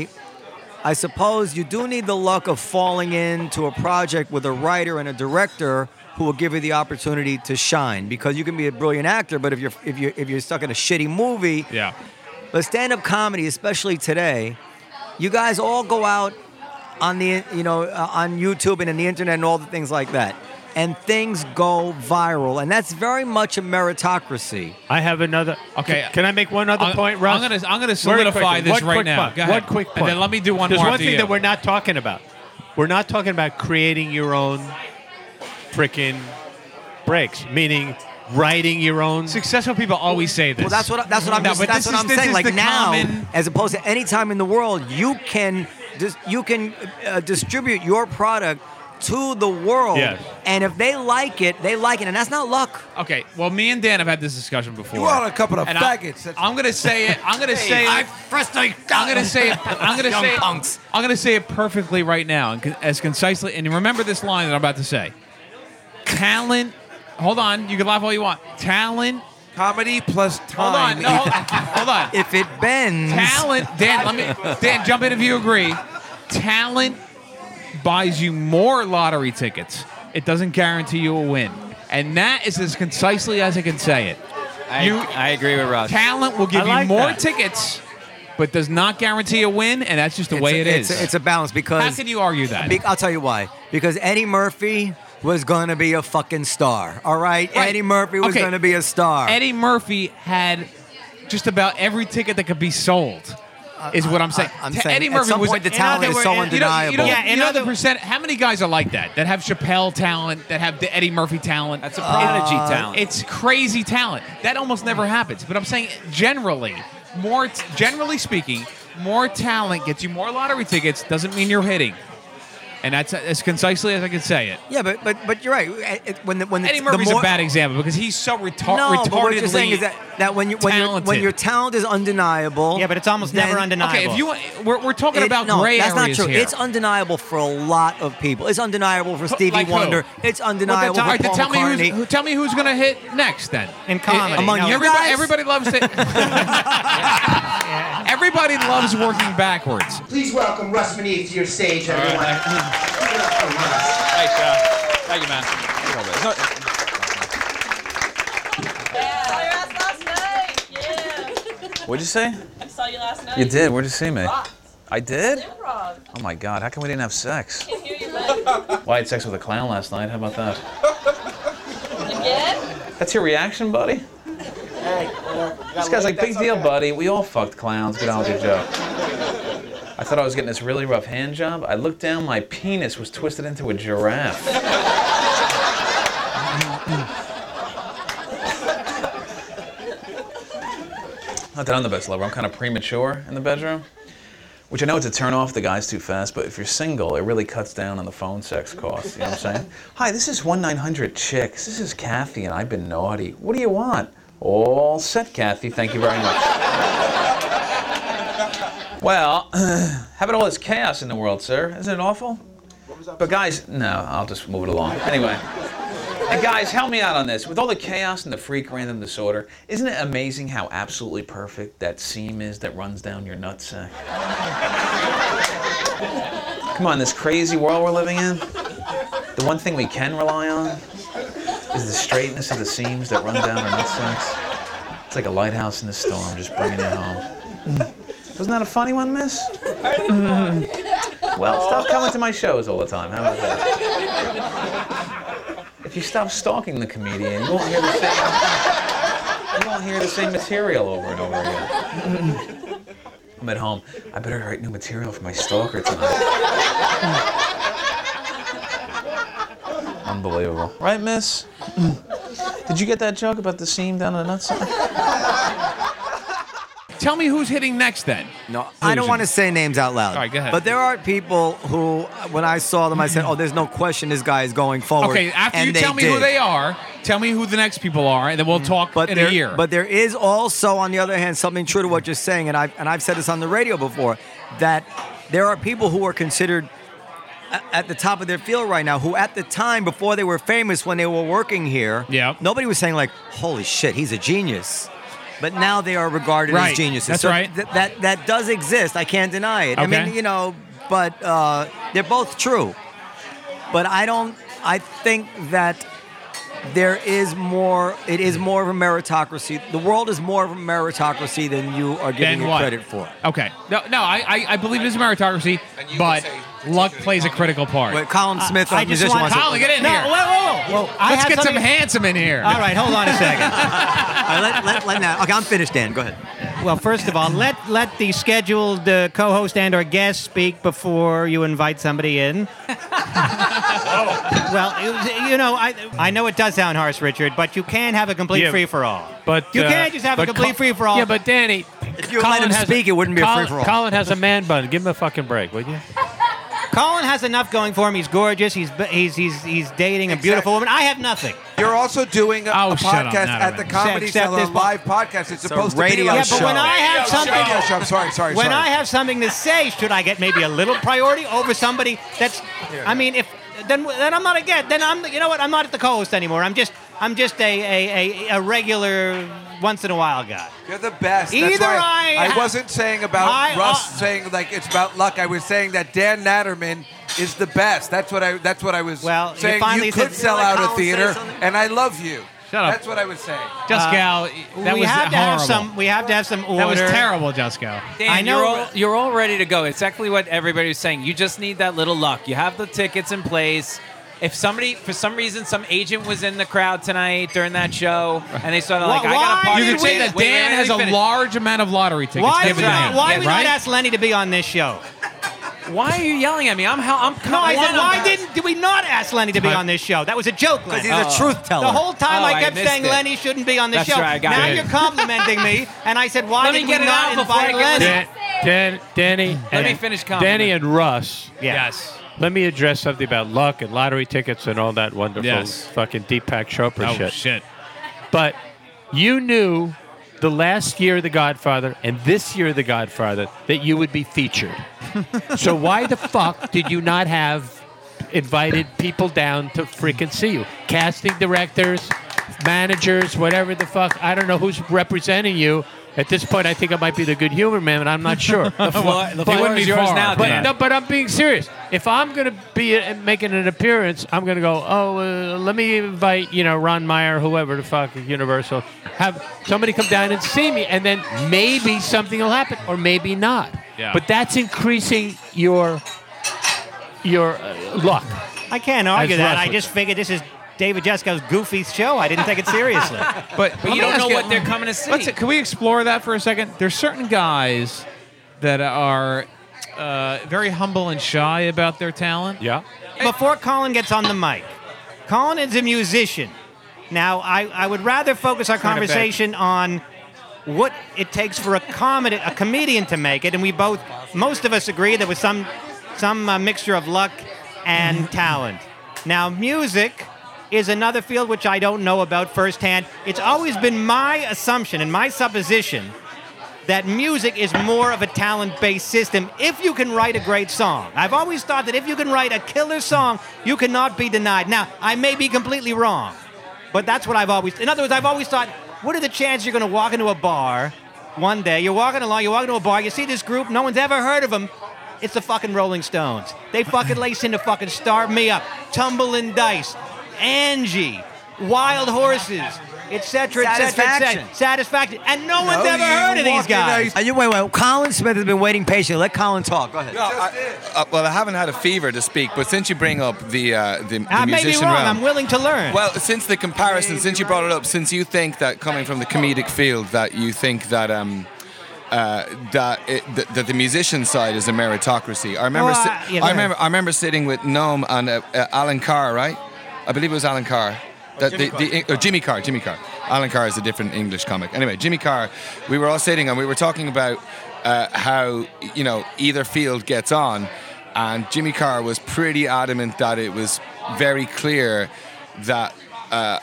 B: I suppose you do need the luck of falling into a project with a writer and a director who will give you the opportunity to shine because you can be a brilliant actor, but if you're if you are if you're stuck in a shitty movie,
C: Yeah.
B: but stand-up comedy, especially today, you guys all go out on the you know uh, on YouTube and in the internet and all the things like that, and things go viral, and that's very much a meritocracy.
E: I have another.
C: Okay.
E: Can, can I make one other
C: I'm-
E: point, Russ?
C: I'm gonna- I'm gonna
E: Very
C: solidify
E: quickly.
C: this
E: One
C: right
E: quick
C: now.
E: point.
C: Go ahead.
E: One quick
C: And
E: point.
C: then let me do one
E: There's
C: more
E: one
C: after
E: thing
C: you.
E: that we're not talking about. We're not talking about creating your own freaking breaks, meaning writing your own.
C: Successful people always say this.
B: Well, that's what that's what I'm
C: No, but this
B: that's what
C: is-
B: I'm
C: this
B: saying.
C: is
B: Like
C: the
B: now,
C: common-
B: as opposed to any time in the world, you can dis- you can uh, distribute your product to the world,
E: Yes.
B: and if they like it, they like it, and that's not luck.
C: Okay, well, me and Dan have had this discussion before.
D: You are a couple of
C: And
D: faggots. That's-
C: I, am gonna say it. I'm gonna say it. I frustrate. I'm gonna say it. I'm gonna
B: Young
C: say
B: punks.
C: It, I'm gonna say it perfectly right now, and con- as concisely. And remember this line that I'm about to say. Talent. Hold on. You can laugh all you want. Talent.
D: Comedy plus
C: Hold
D: time.
C: on. No. Hold, hold on.
B: If it bends,
C: Talent. Dan. Let me. Dan, jump in if you agree. Talent buys you more lottery tickets. It doesn't guarantee you a win, and that is as concisely as I can say it.
H: I,
C: You-
H: I agree with Russ.
C: Talent will give
E: I like
C: you more
E: that.
C: tickets, but does not guarantee a win, and that's just the
B: it's
C: way
B: a,
C: it is.
B: It's a, it's a balance because
C: How can you argue that?
B: Be- I'll tell you why. Because Eddie Murphy was going to be a fucking star. All right,
C: Right.
B: Eddie Murphy was
C: Okay.
B: going to be a star.
C: Eddie Murphy had just about every ticket that could be sold. Is what I'm saying.
B: Uh, I'm
C: Ta-
B: saying
C: Eddie
B: at
C: Murphy
B: some
C: was
B: point the
C: in
B: talent
C: other
B: is
C: wor-
B: so
C: in- you know- You know,
B: undeniable.
F: Yeah,
C: you
F: in
C: know
F: other-
C: the percent. How many guys are like that? That have Chappelle talent, that have the Eddie Murphy talent. Uh,
H: That's a prodigy talent.
C: It's crazy talent. That almost never happens. But I'm saying generally, more t- generally speaking, more talent gets you more lottery tickets. Doesn't mean you're hitting, and that's as concisely as I can say it.
B: yeah, but but but you're right. It- it- When the, when
C: Eddie
B: the,
C: Murphy's
B: the more,
C: a bad example because he's so retar-
B: no,
C: retardedly.
B: but what you're saying is that, that when you when, your when
C: talented.
B: your talent is undeniable,
F: Yeah, but it's almost
B: then-
F: never undeniable.
C: okay, if you want- we're, we're talking
B: It-
C: about
B: no,
C: gray
B: that's
C: areas
B: not true.
C: here.
B: It's undeniable for a lot of people. It's undeniable for Stevie
C: like who?
B: Wonder. It's undeniable
C: All
B: for
C: right, then
B: Paul
C: tell me
B: McCartney.
C: who's who- tell me who's gonna hit next then
F: In comedy.
B: Among you
C: everybody,
B: guys?
C: everybody loves it. everybody loves working backwards.
I: Please welcome Russ Manif to your stage, everyone. Give it up for Russ.
H: Thanks, uh, thank you, man. It's not-
J: Yeah, saw you last night. Yeah,
H: What'd you say?
J: I saw you last night.
H: You did. Where'd you see me?
J: Rocked.
H: I did?
J: Improv.
H: Oh my God! How come we didn't have sex?
J: Can hear you laugh.
H: Well, I had sex with a clown last night. How about that?
J: Again?
H: That's your reaction, buddy? Hey, this guy's like, big deal, buddy. We all fucked clowns. Get on with your joke. I thought I was getting this really rough hand job. I looked down, my penis was twisted into a giraffe. Not that I'm the best lover, I'm kind of premature in the bedroom. Which I know it's a turn off, the guy's too fast, but if you're single, it really cuts down on the phone sex costs. You know what I'm saying? Hi, this is 1 900 Chicks. This is Kathy, and I've been naughty. What do you want? All set, Kathy. Thank you very much. well, how about all this chaos in the world, sir? Isn't it awful? But, guys, no, I'll just move it along. Anyway. And guys, help me out on this. With all the chaos and the freak random disorder, isn't it amazing how absolutely perfect that seam is that runs down your nutsack? Come on, this crazy world we're living in, the one thing we can rely on is the straightness of the seams that run down our nutsacks. It's like a lighthouse in the storm, just bringing it home. Wasn't that a funny one, miss? Mm-hmm.
B: Oh.
H: well, stop coming to my shows all the time. How about that? If you stop stalking the comedian, you won't hear the same. You won't hear the same material over and over again. I'm at home. I better write new material for my stalker tonight. Unbelievable. Right, miss? Did you get that joke about the seam down the nutsack?
C: Tell me who's hitting next then.
B: No, I don't
C: Who's-
B: want to say names out loud.
C: All right, go ahead. Mm-hmm.
B: But there are people who, when I saw them, I said, "Oh, there's no question this guy is going forward."
C: Okay, after
B: And
C: you tell me who
B: did. Mm-hmm.
C: they are, tell me who the next people are, and then we'll talk
B: But
C: in
B: there,
C: a year.
B: but there is also, on the other hand, something true to what you're saying, and I've and I've said this on the radio before that there are people who are considered a- at the top of their field right now, who at the time before they were famous, when they were working here,
C: Yeah.
B: nobody was saying like, "Holy shit, he's a genius," but now they are regarded
C: Right,
B: as geniuses.
C: that's
B: So
C: right.
B: th- that that does exist. I can't deny it. I
C: Okay.
B: mean, you know, but uh, they're both true. But I don't. I think that there is more. It is more of a meritocracy. The world is more of a meritocracy than you are
C: then
B: giving it
C: what?
B: credit for.
C: Okay. No, no, I, I, I believe it is a meritocracy,
H: you
C: but
H: would say-
C: luck plays a critical part.
B: Wait, Colin Smith,
F: I
B: our
F: just
B: musician,
F: want-
B: wants to-
C: Colin, get in
F: No,
C: here.
F: whoa, whoa, whoa. I
C: Let's
F: have
C: get some
F: something-
C: handsome in here.
F: All right, hold on a second.
B: All right, let, let, let now. Okay, I'm finished, Dan. Go ahead.
F: Well, first of all, let let the scheduled uh, co-host and or guest speak before you invite somebody in. well, it- you know, I I know it does sound harsh, Richard, but you can have a complete
E: Yeah,
F: free for all.
E: But
F: you
E: uh,
F: can't just have a
E: but
F: complete
E: Col-
F: free for all.
E: Yeah, but Danny,
B: If you let him
E: has
B: speak, it wouldn't be a
E: Colin-
B: free-for-all.
E: Colin has a man bun. Give him a fucking break, would you?
F: Colin has enough going for him. He's gorgeous. He's b- he's he's he's dating a beautiful woman. I have nothing.
D: You're also doing a,
C: Oh,
D: a
C: shut up.
D: podcast
C: No, no,
D: at
C: no.
D: the Comedy
F: Except
D: Cellar,
F: this
D: a
F: po-
D: live podcast. It's,
B: a
D: supposed to be
B: radio
D: like
F: Yeah, but when I have something,
D: radio show. I'm sorry, sorry,
F: when
D: sorry.
F: I have something to say, should I get maybe a little priority over somebody that's? I mean, if then then I'm not a get. Then I'm you know what? I'm not at the co-host anymore. I'm just I'm just a a, a, a regular once in a while guy.
D: You're the best. That's
F: Either
D: why
F: I-
D: I wasn't saying about
F: I-
D: Russ
F: uh,
D: saying like it's about luck. I was saying that Dan Natterman is the best. That's what I. That's what I was
F: Well, you
D: saying.
F: finally
D: could
F: said-
D: sell
B: You're like,
D: out a
B: Colin, say
D: theater,
B: something.
D: and I love you.
C: Shut up.
D: That's what I was saying.
C: Jessica, that
F: Uh, we
C: was
F: have
C: horrible.
F: to have some. We have to have some order.
C: that was terrible, Jessica.
G: Dan,
F: I know-
G: You're all, you're all ready to go. Exactly what everybody was saying. You just need that little luck. You have the tickets in place. If somebody, for some reason, some agent was in the crowd tonight during that show, and they started like,
F: Why-
G: "I got
F: why
G: a party."
C: You
F: did
C: can
F: we-
C: say
F: Wait,
C: that
G: wait,
C: Dan
G: wait,
C: has a
G: let me finish.
C: large amount of lottery tickets
F: Why did
C: given
F: we
C: to
G: That's
F: not,
C: him.
G: right.
F: why
G: Yeah,
F: we
G: right?
F: not ask Lenny to be on this show?
G: Why are you yelling at me? I'm hel- I'm.
F: No, I said
G: one of
F: why
G: us.
F: didn't did we not ask Lenny to be on this show? That was a joke, Lenny.
B: Because he's a truth teller.
F: The whole time
G: Oh,
F: I
G: I
F: kept
G: missed
F: saying
G: it.
F: Lenny shouldn't be on the
G: That's
F: show.
G: right, I got
F: now
G: it.
F: you're complimenting me, and I said, why
G: Let me
F: did
G: get
F: we
G: it
F: not
G: out before I
F: invite
G: get
F: Lenny?
E: Dan, Dan, Danny.
G: Let
E: and-
G: me finish
E: Danny
G: compliment.
E: and Russ.
F: Yeah.
G: Yes.
E: Let me address something about luck and lottery tickets and all that wonderful
C: Yes.
E: fucking Deepak Chopra
C: Oh
E: shit.
C: shit!
E: But you knew the last year of The Godfather and this year of The Godfather that you would be featured. so why the fuck did you not have invited people down to freaking see you? Casting directors, managers, whatever the fuck. I don't know who's representing you. At this point, I think I might be the good humor man, but I'm not sure. The
G: floor- the floor is yours now,
E: But,
G: Dan.
E: no, but I'm being serious. If I'm going to be uh, making an appearance, I'm going to go, oh, uh, let me invite, you know, Ron Meyer, whoever the fuck, at Universal. Have somebody come down and see me, and then maybe something will happen, or maybe not.
C: Yeah.
E: But that's increasing your your uh, luck.
F: I can't argue
E: As
F: that.
E: Russ
F: I
E: would
F: just figured this is David Jessica's goofy show. I didn't take it seriously.
C: But,
G: But you don't know what they're coming to see.
C: Let's, can we explore that for a second? There's certain guys that are uh, very humble and shy about their talent.
E: Yeah.
F: Before Colin gets on the mic, Colin is a musician. Now, I, I would rather focus our
C: Turn it back.
F: conversation on what it takes for a comedy, a comedian to make it, and we both, most of us, agree that was some some uh, mixture of luck and talent. Now, music is another field which I don't know about firsthand. It's always been my assumption and my supposition that music is more of a talent based system if you can write a great song. I've always thought that if you can write a killer song, you cannot be denied. Now, I may be completely wrong, but that's what I've always In other words, I've always thought, what are the chances you're going to walk into a bar one day? You're walking along, you walk into a bar, you see this group, no one's ever heard of them. It's the fucking Rolling Stones. They fucking lace in to fucking starve me up. Tumbling dice. Angie. Wild horses. Etc. Etc.
B: Satisfaction.
F: Etc. Satisfaction. And no one's
D: No,
F: ever
C: Oh,
D: you
F: heard of these
D: walk in
F: guys.
D: there,
B: Are Uh, you wait, wait? Colin Smith has been waiting patiently. Let Colin talk. Go ahead.
D: Just
H: I-
D: did.
H: uh, well, I haven't had a fever to speak, but since you bring up the uh, the, the
F: I may be
H: musician
F: wrong.
H: realm,
F: I'm willing to learn.
H: well, since the comparison, since you brought it up, since you think that coming from the comedic field, that you think that um,
K: uh, that, it, that, that the musician side is a meritocracy. I remember,
F: Well,
K: si-
F: uh, yeah, go
K: I
F: ahead.
K: remember, I remember sitting with Noam and uh, uh, Alan Carr, right? I believe it was Alan Carr. That the, the, or Oh, Jimmy Carr, Jimmy Carr. Alan Carr is a different English comic. Anyway, Jimmy Carr, we were all sitting and we were talking about uh, how you know either field gets on, and Jimmy Carr was pretty adamant that it was very clear that uh,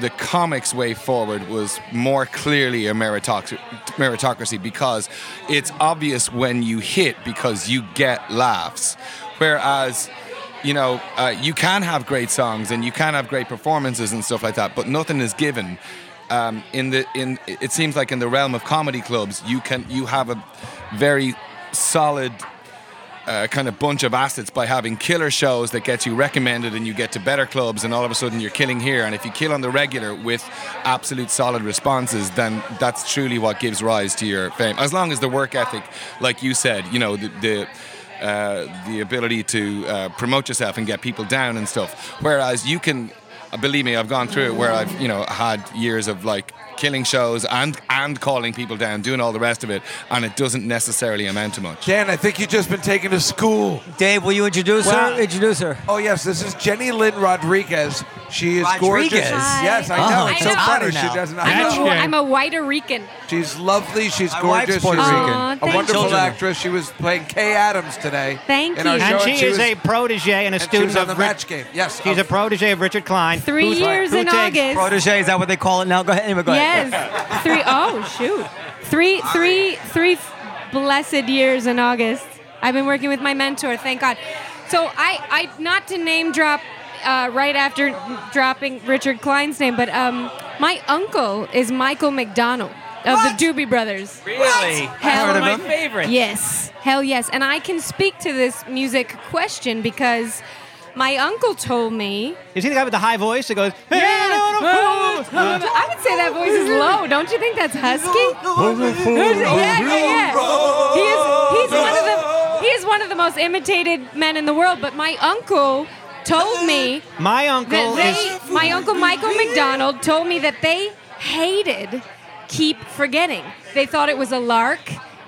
K: the comics way forward was more clearly a meritoc- meritocracy because it's obvious when you hit because you get laughs. Whereas, you know, uh, you can have great songs and you can have great performances and stuff like that, but nothing is given. Um, in the in, it seems like in the realm of comedy clubs, you can you have a very solid uh, kind of bunch of assets by having killer shows that get you recommended and you get to better clubs and all of a sudden you're killing here and if you kill on the regular with absolute solid responses then that's truly what gives rise to your fame as long as the work ethic like you said you know the, the uh, the ability to uh, promote yourself and get people down and stuff whereas you can uh, believe me i've gone through it where i've you know had years of like killing shows and and calling people down doing all the rest of it and it doesn't necessarily amount to much
D: Dan, I think you've just been taken to school.
B: Dave, will you introduce her? Introduce her.
D: Oh yes, this is Jenny Lynn Rodriguez. She is gorgeous.
B: Rodriguez? Hi.
D: Yes, I know.
B: Oh,
D: it's so
B: I know.
D: funny.
B: Outer
D: She
B: now.
D: doesn't. I
E: That's
D: know.
L: I'm a,
E: good.
L: I'm a White Rican.
D: She's lovely. She's
B: My wife's
D: gorgeous.
B: Puerto
D: she's
B: Rican.
L: Aw,
D: A
L: thank
D: wonderful
B: you.
D: actress. She was playing Kay Adams today.
L: Thank
D: in our
L: you.
D: show,
F: And she is
D: was-
F: a protege and a
D: and she
F: student
D: was on
F: of
D: the
F: Ri-
D: match game. Yes,
F: She's a protege of Richard Klein.
L: Three
F: who's-
L: years
F: who
L: in
F: takes-
L: August.
B: Protege, is that what they call it now? Go ahead. Anyway, go ahead.
L: Yes. three oh shoot. Three three three f- blessed years in August. I've been working with my mentor, thank God. So I, I not to name drop uh, right after dropping Richard Klein's name, but um, my uncle is Michael McDonald of the Doobie Brothers.
G: Really?
L: Hell,
G: That's one of my favorites.
L: Yes, hell yes. And I can speak to this music question because my uncle told me
F: Is he the guy with the high voice that goes, hey,
L: Yeah.
F: no, no, no, no, no."
L: I would say that voice is low. Don't you think that's husky? yeah, yeah, yeah. He is, he's one of the he is one of the most imitated men in the world. But my uncle told me
F: My uncle
L: that
F: is.
L: they my uncle Michael McDonald told me that they hated keep forgetting. They thought it was a lark.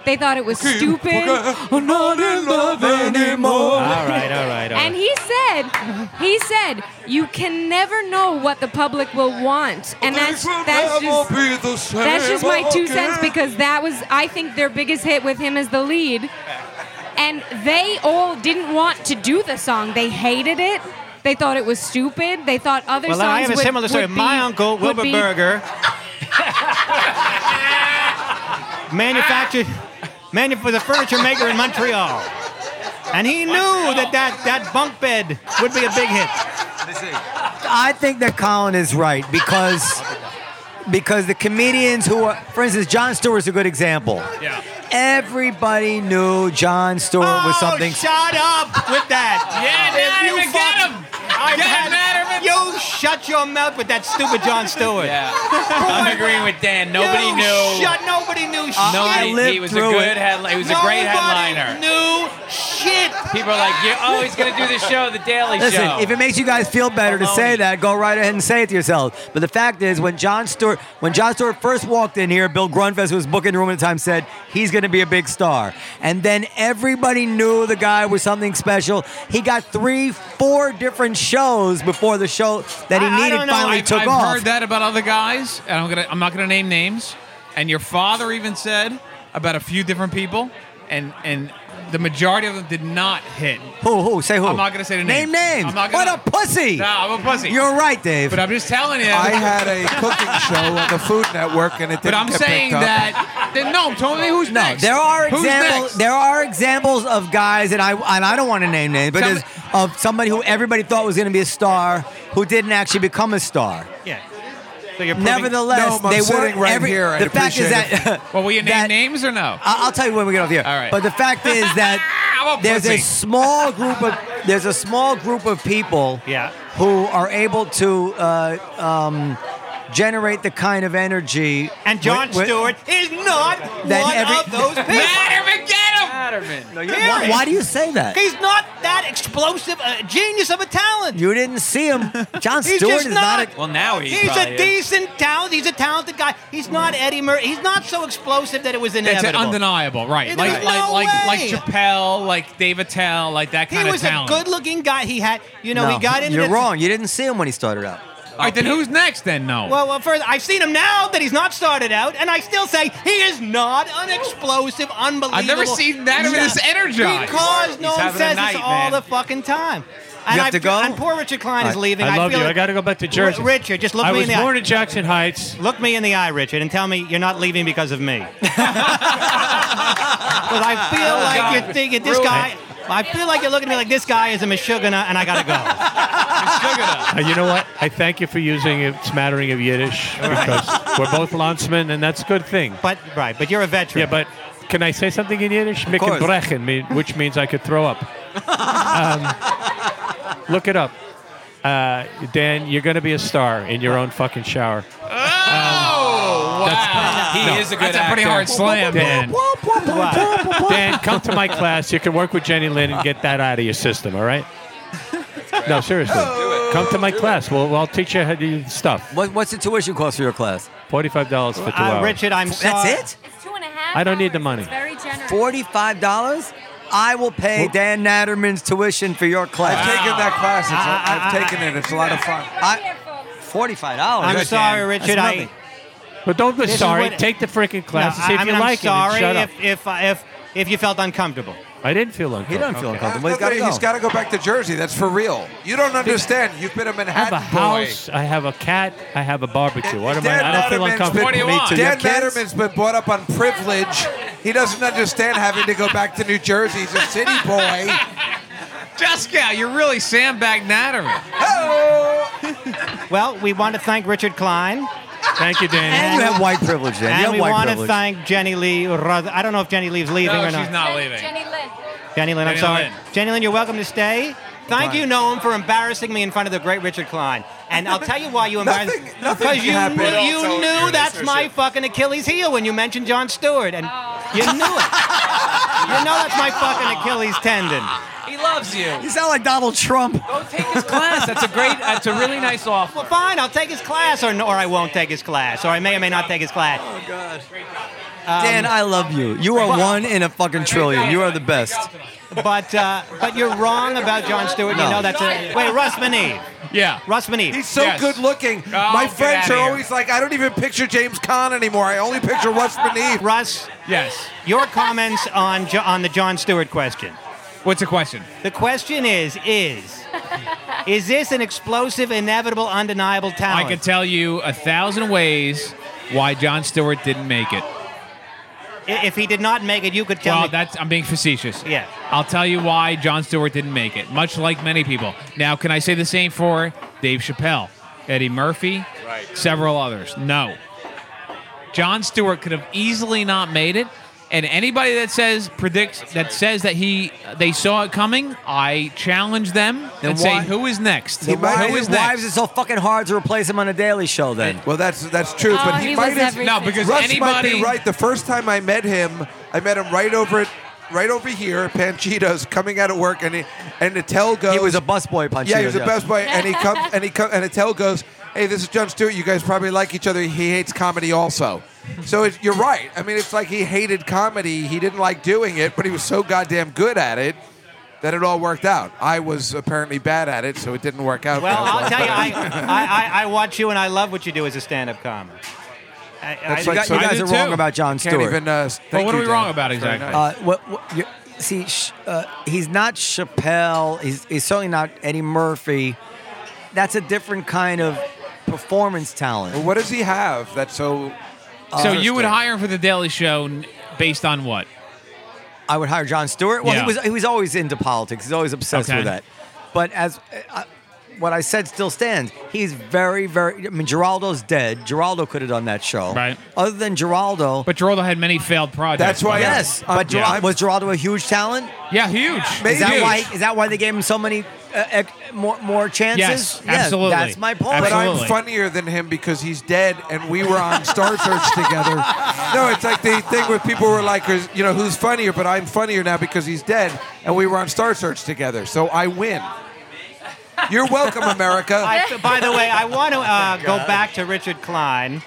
L: They thought it was stupid.
D: I'm not in love anymore.
F: All right, all right, all right.
L: And he said, he said, you can never know what the public will want, and that's that's just That's just my two cents because that was, I think, their biggest hit with him as the lead. And they all didn't want to do the song. They hated it. They thought it was stupid. They thought other
F: well,
L: songs
F: I have a
L: would-
F: similar story.
L: would be-
F: My uncle,
L: would
F: Wilbur
L: be-
F: Berger, manufactured manu- was a furniture maker in Montreal. And he knew that, that that bunk bed would be a big hit.
B: I think that Colin is right because because the comedians who are, for instance, John Stewart's a good example.
C: Yeah.
B: Everybody knew John Stewart was something.
F: Oh, shut up with that.
C: Yeah, Dad,
F: you
C: even get
F: fucking-
C: him.
F: I've
C: Get
F: had-
C: him, Adam.
F: You shut your mouth with that stupid John Stewart.
G: Yeah. I'm agreeing with Dan. Nobody
F: you
G: knew.
F: Shut, nobody knew
G: Nobody,
F: shit.
B: lived
G: he was a
B: through
G: good
B: it.
G: headliner. He was a great
F: Nobody
G: headliner.
F: knew shit.
G: People are like, yeah, oh, he's gonna do the show, the Daily
B: Listen,
G: Show.
B: if it makes you guys feel better to say
G: Baloney.
B: that, go right ahead and say it to yourselves. But the fact is, when John Stewart, when John Stewart first walked in here, Bill Grunfest was booking the room at the time, said he's going to be a big star, and then everybody knew the guy was something special. He got three, four different shows before the show that he
F: I- I
B: needed
F: don't know.
B: finally
F: I've-
B: took
C: I've
B: off.
C: heard that about other guys, and I'm gonna I'm not gonna name names. And your father even said about a few different people, and and the majority of them did not hit.
B: Who? Who? Say who?
C: I'm not gonna say the
B: name.
C: names.
B: names.
C: I'm not
B: what
C: gonna-
B: a pussy!
C: No, I'm a pussy.
B: You're right, Dave.
C: but I'm just telling you.
D: I had a cooking show on the Food Network, and it didn't
C: but I'm
D: get
C: saying
D: picked up.
C: that. Then, no, tell me who's
B: No,
C: next.
B: there are
C: Who's
B: examples.
C: next?
B: There are examples of guys, and I and I don't want to name names, but
C: Some-
B: is of somebody who everybody thought was going to be a star, who didn't actually become a star.
F: Yeah. So you're proving-
D: No,
B: Nevertheless,
D: I'm
B: they
D: sitting
B: were
D: right
B: every,
D: here. I'd
B: The fact is
D: appreciate
B: that.
C: well, will you name
B: that-
C: names or no?
B: I- I'll tell you when we get off the air.
C: All right.
B: But the fact is that
C: I'm a
B: there's a
C: pussy.
B: small group of there's a small group of people
F: Yeah.
B: who are able to uh, um, generate the kind of energy
F: And John
B: wi- wi-
F: Stewart is not
B: Then
F: one
B: every-
F: of those people.
C: Let him and get him. Letterman.
B: No, why, why do you say that?
F: He's not that explosive a genius of a talent.
B: You didn't see him. John
F: He's
B: Stewart
F: just
B: is not.
F: not-
B: a,
C: Well, now he
F: He's
C: probably is.
F: a decent talent. He's a talented guy. He's not Eddie Murphy. He's not so explosive that it was
C: That's
F: inevitable.
C: undeniable, right?
F: There's
C: Like,
F: no
C: like, like, like
F: way.
C: Chappelle, like Dave Attell, like that
F: He
C: kind
F: was
C: of talent. Um,
F: a good-looking guy. He had, you know,
B: no,
F: he got into.
B: You're
F: the-
B: wrong. You didn't see him when he started out.
C: All right, then who's next? Then no.
F: Well, well, first I've seen him now that he's not started out, and I still say he is not an explosive, unbelievable.
C: I've never seen that of
F: Yeah.
C: this energized.
F: Because
C: He's
F: no one
C: having a
F: says
C: night,
F: this all
C: man.
F: the fucking time. And
C: have
F: I,
C: to go?
F: And poor Richard Klein is leaving.
E: I love
F: feel
E: you.
F: like-
E: I got to go back to Jersey.
F: R- Richard, just look
E: I
F: me in
E: was
F: the eye.
E: born in Jackson Heights.
F: Look me in the eye, Richard, and tell me you're not leaving because of me. Because I feel
I: Oh, God.
F: like you're thinking this
I: Ruined
F: guy. I feel like you're looking at me like this guy is a Meshuggah, and I gotta go.
E: Uh, you know what? I thank you for using a smattering of Yiddish because we're both Lancemen, and that's a good thing.
F: But right, but you're a veteran.
E: Yeah, but can I say something in Yiddish? Of
F: course.
E: mean, which means I could throw up. Um, look it up. Uh, Dan, you're going to be a star in your own fucking shower.
C: wow.
E: He No. is a good That's a pretty actor. hard slam, Dan. Dan, come to my class. You can work with Jenny Lynn and get that out of your system, all right? No, seriously. Come to my class. We'll, I'll teach you how to do stuff.
B: What, what's the tuition cost for your class?
E: Forty-five dollars for two
F: Uh,
E: hours.
F: Richard, I'm sorry.
B: That's it.
L: Two and a half.
E: I don't need the money.
L: Very generous.
B: Forty-five dollars. I will pay Dan Natterman's tuition for your class.
F: Ah.
D: I've taken that class. It's, I've taken it. It's a lot of fun.
B: I, Forty-five dollars.
F: I'm sorry, Richard. I,
E: But don't be
F: This is
E: sorry.
F: what-
E: Take the freaking class
F: No,
E: and see if
F: I mean,
E: you
F: I'm
E: like
F: sorry
E: it. and Shut up.
F: if, if I- if if you felt uncomfortable.
E: I didn't feel uncomfortable.
B: doesn't feel uncomfortable.
D: He's got
B: gotta go.
D: to go back to Jersey. That's for real. You don't understand. You've been a
E: I have
D: Manhattan
E: a
D: boy.
E: house. I have a cat. I have a barbecue. What am
D: Dan
E: I? I don't feel
D: Natterman's
E: uncomfortable.
D: been- Dan Natterman's been brought up on privilege. He doesn't understand having to go back to New Jersey. He's a city boy.
C: Jessica, you're really sandbag Natterman.
F: Well, we want to thank Richard Klein.
E: Thank you, Dan.
B: And you have white privilege, Dan. you
F: And
B: have
F: we
B: white
F: want to
B: privilege.
F: thank Jenny Lee. Roth- I don't know if Jenny Lee's leaving
C: No,
F: or not.
C: she's not leaving.
L: Jenny Lynn.
F: Jenny Lynn, I'm
C: Jenny
F: sorry.
C: Lynn.
F: Jenny Lynn, you're welcome to stay. Thank
D: Goodbye.
F: you, Noam, for embarrassing me in front of the great Richard Klein. And I'll tell you why you embarrassed
D: Nothing- nothing
F: Because you,
D: happened.
F: knew,
D: I'll
F: you
D: tell
F: knew
D: you
F: that's
D: this,
F: my
D: Richard.
F: fucking Achilles heel when you mentioned John Stewart. And you knew it. you know that's my fucking Achilles tendon.
G: He loves you.
B: You sound like Donald Trump.
G: Go take his class. That's a great. That's a really nice offer.
F: Well, fine, I'll take his class, or, no, or I won't take his class, or I may or may not take his class.
B: Dan, I love you. You are one in a fucking trillion. You are the best.
F: But uh, but you're wrong about John Stewart. You
B: No.
F: know that's a wait, Russ Maneve.
C: Yeah.
F: Russ Maneve.
D: He's so
C: Yes.
D: good looking.
C: Oh,
D: My
C: get
D: friends
C: outta
D: are
C: here.
D: always like, I don't even picture James Caan anymore. I only picture Russ Beneath.
F: Russ,
C: Yes.
F: your comments on jo- on the John Stewart question.
C: What's the question?
F: The question is is is this an explosive, inevitable, undeniable
C: I
F: talent?
C: can tell you a thousand ways why John Stewart didn't make it.
F: I- if he did not make it, you could tell
C: Well,
F: me.
C: that's I'm being facetious.
F: Yeah.
C: I'll tell you why John Stewart didn't make it. Much like many people. Now, can I say the same for Dave Chappelle, Eddie Murphy, right. several others? No. John Stewart could have easily not made it. And anybody that says predicts that says that he they saw it coming, I challenge them
B: Then
C: and say
B: why-
C: who is next?
B: He might,
C: who
B: his
C: is
B: wives
C: next?
B: are so fucking hard to replace him on a Daily Show. Then
D: Well, that's that's true,
L: Oh,
D: but
L: he
D: he,
L: was
D: might have.
L: everything.
C: No, because
D: Russ might
C: anybody
D: be right. The first time I met him, I met him right over at, right over here, Panchitos, coming out of work, and he, and Attell goes.
B: he was a busboy punch.
D: yeah, he was the best boy, and he comes and he comes and Attell goes, "Hey, this is John Stewart. You guys probably like each other. He hates comedy also." So it, you're right. I mean, it's like he hated comedy. He didn't like doing it, but he was so goddamn good at it that it all worked out. I was apparently bad at it, so it didn't work out.
F: well,
D: very
F: I'll tell you, I, I, I, I watch you and I love what you do as a stand up comic. I,
D: That's
F: I,
D: like
B: You
D: I
B: guys
C: do
B: are
C: too.
B: wrong about John
D: can't
B: Stewart.
D: even. Uh,
C: Well,
D: thank
C: what are
D: you,
C: we
D: Dan.
C: wrong about
D: It's very
C: exactly?
D: nice.
B: Uh, what, what you see? Sh- uh, he's not Chappelle. He's, he's certainly not Eddie Murphy. That's a different kind of performance talent. Uh,
D: What does he have that's so?
C: So you would hire him for the Daily Show n- based on what?
B: I would hire John Stewart. Well,
C: Yeah.
B: he was he was always into politics. He's always obsessed
C: Okay.
B: with that. But as uh, what I said still stands. He's very, very. I mean, Geraldo's dead. Geraldo could have done that show. Right. Other than Geraldo,
C: but Geraldo had many failed projects.
B: That's why.
C: though.
B: Yes, but Geral- was Geraldo a huge talent?
C: Yeah, huge.
B: Is that why? Is that why they gave him so many uh, ec- more more chances?
D: Yes,
B: Yeah,
D: absolutely.
B: That's my point.
D: But I'm funnier than him because he's dead, and we were on Star Search together. No, it's like the thing where people were like, you know, who's funnier? But I'm funnier now because he's dead, and we were on Star Search together. So I win. You're welcome, America. Oh
F: I, by the way, I want to uh, go back to Richard Klein.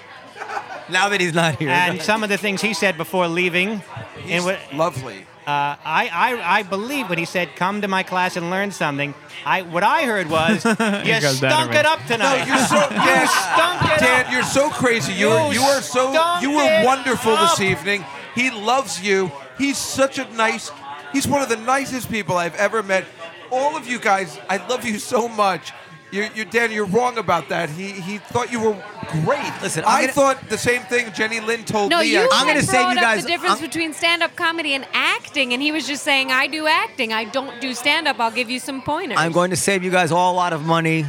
B: Now that he's not here.
F: And some of the things he said before leaving.
D: He's lovely.
F: Uh, I, I, I believe when he said, come to my class and learn something, I what I heard was, you
D: goes down
F: stunk
D: to me.
F: it up tonight.
D: No, you're so-
F: You
D: yes.
F: stunk it
D: Dan,
F: up.
D: you're so crazy. You, are
F: You
D: you are so
F: stunk
D: you
F: it
D: were wonderful
F: up.
D: this evening. He loves you. He's such a nice. He's one of the nicest people I've ever met. All of you guys, I love you so much. You, you, Dan, you're wrong about that. He, he thought you were great. Listen,
B: I'm
D: I
B: gonna-
D: thought the same thing. Jenny Lynn told
L: No,
D: me.
L: you
D: actually.
L: had brought up the difference between stand-up comedy and acting, and he was just saying, "I do acting. I don't do stand-up. I'll give you some pointers."
B: I'm going to save you guys all a lot of money.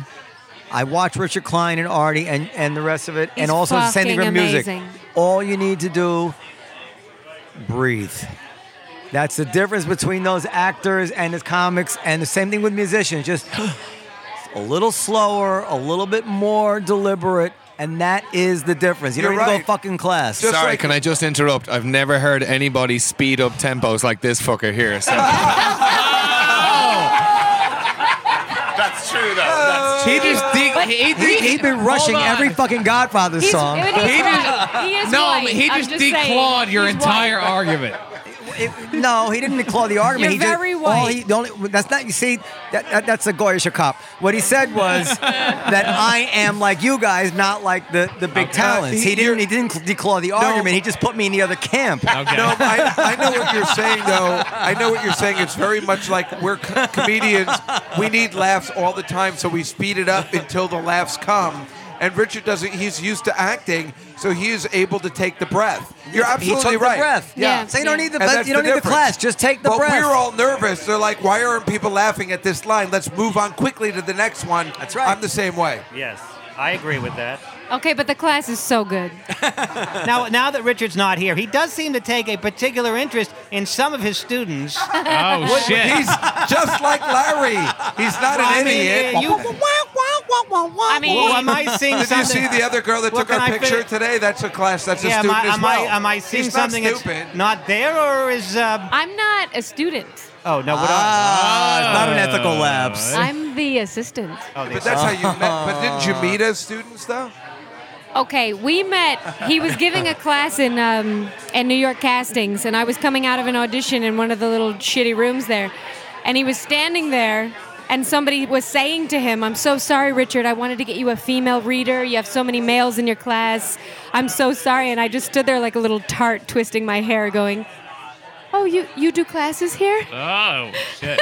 B: I watch Richard Klein and Artie and, and the rest of it,
L: He's
B: and also the same thing
L: fucking
B: with music.
L: amazing.
B: All you need to do, breathe. That's the difference between those actors and the comics, and the same thing with musicians. Just a little slower, a little bit more deliberate, and that is the difference. You don't
D: You're
B: need to
D: right.
B: go fucking class.
K: Sorry, can I just interrupt? I've never heard anybody speed up tempos like this fucker here. So.
I: That's true, though. That's
B: He just dig- he, he, has been rushing every fucking Godfather song.
C: no, he just declawed your entire argument.
B: No, he didn't declaw the argument.
C: You're
B: he
C: very
B: just,
C: white.
B: all he- the only, that's not. You see, that, that, that's a Goyish cop. What he said was that I am like you guys, not like the, the big talents. Uh, He, didn't. He didn't declaw the argument. He just put me in the other camp.
D: No, I, I know what you're saying, though. I know what you're saying. It's very much like we're co- comedians. We need laughs all the time, so we speed it up until the laughs come. And Richard doesn't. He's used to acting, so he is able to take the breath. You're
B: He took
D: absolutely
B: the
D: right.
B: breath. Yeah. Yeah. So you don't need the-
D: And that's
B: you don't need the
D: difference.
B: class. Just take the
D: but
B: breath.
D: we're all nervous. They're like, "Why aren't people laughing at this line? Let's move on quickly to the next one." That's right. I'm the same way.
F: Yes, I agree with that.
L: Okay, but the class is so good.
F: now, now that Richard's not here, he does seem to take a particular interest in some of his students.
D: Oh, shit. He's just like Larry. He's not an idiot.
F: I mean, well, am I seeing
D: Did you
F: something?
D: see the other girl that
F: Well,
D: took
F: can
D: our
F: I
D: picture
F: finish-
D: today? That's a class. That's
F: yeah,
D: a
F: am
D: student
F: I,
D: as
F: am
D: well.
F: I, am I seeing
D: He's not
F: something that's
D: stupid.
F: not there, or is? Uh,
L: I'm not a student.
F: oh no, Oh. what
D: Ah.
B: it's not an ethical lapse.
L: I'm the assistant.
F: Oh,
D: But that's how you met. But didn't
B: Uh-huh.
D: you meet as students though?
L: Okay, we met. He was giving a class in um, in New York castings, and I was coming out of an audition in one of the little shitty rooms there, and he was standing there, and somebody was saying to him, "I'm so sorry, Richard. I wanted to get you a female reader. You have so many males in your class. I'm so sorry." And I just stood there like a little tart, twisting my hair, going, "Oh, you you do classes here?"
E: Oh shit.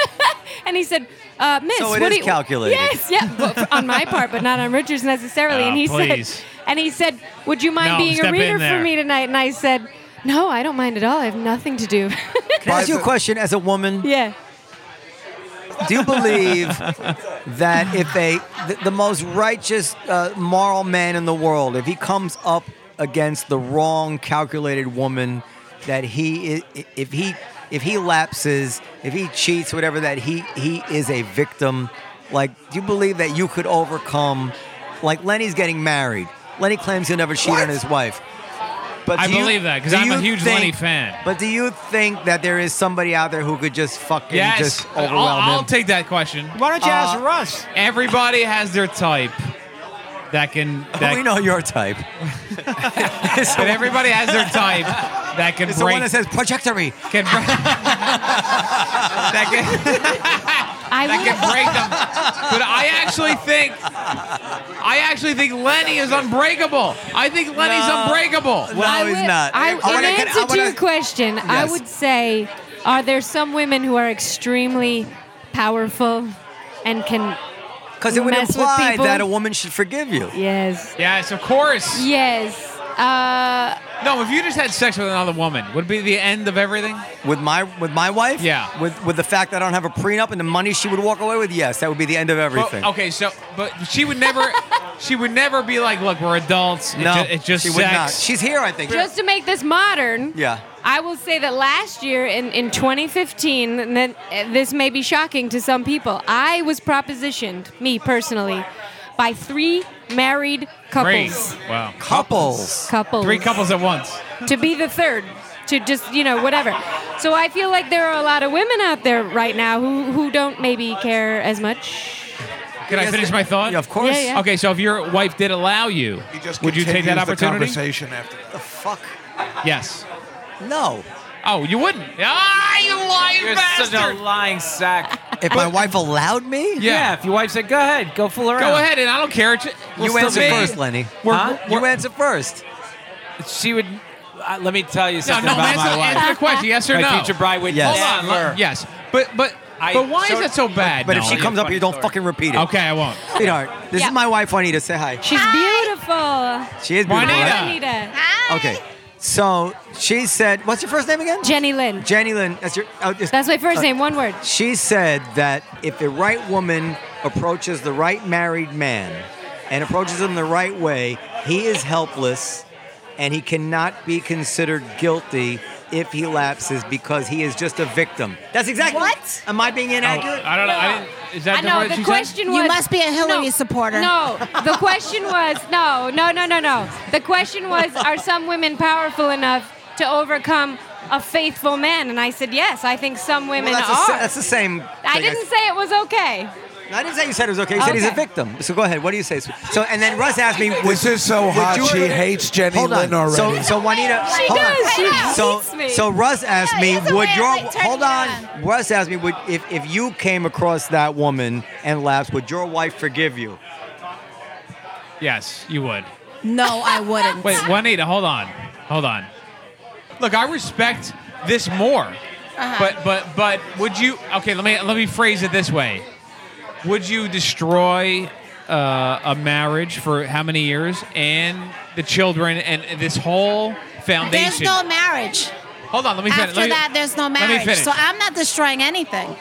L: And he said, uh, "Miss,
B: So it
L: what
B: is
L: do you,
B: calculated.
L: Yes, yeah, but on my part, but not on Richard's necessarily."
B: Ah,
L: and he
B: please.
L: said, "And he said, would you mind
B: No,
L: being a
B: step in
L: reader for
B: there.
L: me tonight?" And I said, "No, I don't mind at all. I have nothing to do."
B: Can I ask you a question as a woman?
L: yeah.
B: Do you believe that if a the, the most righteous, uh, moral man in the world, if he comes up against the wrong, calculated woman, that he i- i- if he if he lapses, if he cheats, whatever, that he he is a victim? Like, do you believe that you could overcome? Like Lenny's getting married. Lenny claims he'll never cheat on his wife. But
C: I
B: do you-
C: believe that, 'cause
B: do
C: I'm a
B: you
C: huge
B: think-
C: Lenny fan.
B: But do you think that there is somebody out there who could just fucking
C: Yes,
B: just
C: I'll-
B: overwhelm
C: I'll,
B: him?
C: take that question. Uh,
F: Why don't you ask Russ?
C: Everybody has their type. That can. That,
B: we know your type.
C: But everybody has their type. That can
B: It's the
C: break.
B: one that says projectory.
C: Can break. that can.
L: I
C: that can break them. But I actually think. I actually think Lenny is unbreakable. I think Lenny's
B: No.
C: unbreakable.
B: No, I he's would- not.
L: I,
B: I wanna-
L: in
B: can- I
L: answer to
B: wanna-
L: your question, I
B: Yes.
L: would say, are there some women who are extremely powerful and can?
B: Because it would
L: mess with
B: imply
L: people?
B: that a woman should forgive you.
L: Yes.
C: Yes, of course.
L: Yes. Uh,
C: No, if you just had sex with another woman, would it be the end of everything?
B: With my with my wife?
C: Yeah.
B: With with the fact that I don't have a prenup and the money she would walk away with, yes, that would be the end of everything.
C: Well, Oh, okay, so but she would never, she would never be like, look, we're adults.
B: No,
C: it ju- it's just
B: she
C: sex.
B: would not. She's here, I think.
L: Just to make this modern,
B: Yeah.
L: I will say that last year in, in 2015, and then, uh, this may be shocking to some people, I was propositioned, me personally, by three married couples.
C: Great. Wow.
B: Couples.
L: Couples.
C: Three couples at once.
L: To be the third, to just, you know, whatever. So I feel like there are a lot of women out there right now who, who don't maybe care as much.
C: Can I finish my thought? of
L: course. Yeah, yeah.
C: Okay, so if your wife did allow you, would you take
D: Continues
C: that
D: The
C: opportunity?
D: conversation after.
B: The fuck?
C: Yes.
B: No.
C: Oh, you wouldn't. Ah, you lying
G: You're
C: bastard.
G: such a lying sack.
B: If my wife allowed me?
G: yeah. if your wife said, "Go ahead, go fool around."
C: Go ahead, and I don't care. It's- we'll
B: you
C: still
B: answer
C: be-
B: first, Lenny.
G: We're-
B: Huh?
G: we're-
B: you answer first.
G: She would. Uh, let me tell you
C: No,
G: something
C: no,
G: about
C: answer,
G: my wife.
C: answer the question. Yes or
G: My
C: no?
G: future bride would
B: Yes.
C: Hold on.
G: never.
C: let- uh, Yes. But but
G: I-
C: but why
G: so-
C: is that so bad?
B: But if
C: No.
B: she comes up here, don't
G: story.
B: fucking repeat it.
C: Okay, I won't.
B: Sweetheart, this
L: Yeah.
B: is my wife, Juanita. Say hi.
L: She's beautiful.
B: She is beautiful.
C: Juanita.
B: right?
L: Anita.
B: Okay. So she said, what's your first name again?
L: Jenny Lynn.
B: Jenny Lynn. That's your. oh, just-
L: That's my first
B: uh,
L: name, one word.
B: She said that if the right woman approaches the right married man and approaches him the right way, he is helpless and he cannot be considered guilty if he lapses because he is just a victim. That's exactly
M: What?
B: Am I being inaccurate?
C: Oh, I don't know. I didn't. Is that
L: I
C: the
L: know
C: word
L: the
C: she said?
L: question was.
M: You must be a Hillary
L: no,
M: supporter.
L: No, the question was no, no, no, no, no. The question was, are some women powerful enough to overcome a faithful man? And I said yes. I think some
B: Well,
L: women
B: that's, the
L: are.
B: sa- that's the same.
L: I
B: thing
L: didn't say it was okay.
B: I didn't say you said it was okay. You said he's a
L: Okay.
B: victim. So go ahead. What do you say? sweet- So and then Russ asked me, would-
D: This is so
B: would
D: hot.
B: you-
D: She hates Jenny
B: Hold on.
D: Lynn already.
B: So so Juanita.
L: She
B: hold
L: does.
B: On.
L: She
B: so
L: hates me.
B: so Russ asked
M: Yeah,
B: me,
M: it's a
B: would
M: way of,
B: your
M: like, turning
B: hold
M: it
B: on?
M: on.
B: Russ asked me, would if if you came across that woman and lapsed, would your wife forgive you?
C: Yes, you would.
M: No, I wouldn't.
C: Wait, Juanita, hold on, hold on. Look, I respect this more,
M: Uh-huh.
C: but but but would you? Okay, let me let me phrase it this way: Would you destroy uh, a marriage for how many years and the children and this whole
M: There's
C: foundation?
M: no marriage.
C: hold on, let me finish.
M: After
C: let me-
M: that, there's no
C: me
M: marriage.
C: finish.
M: So I'm not destroying anything.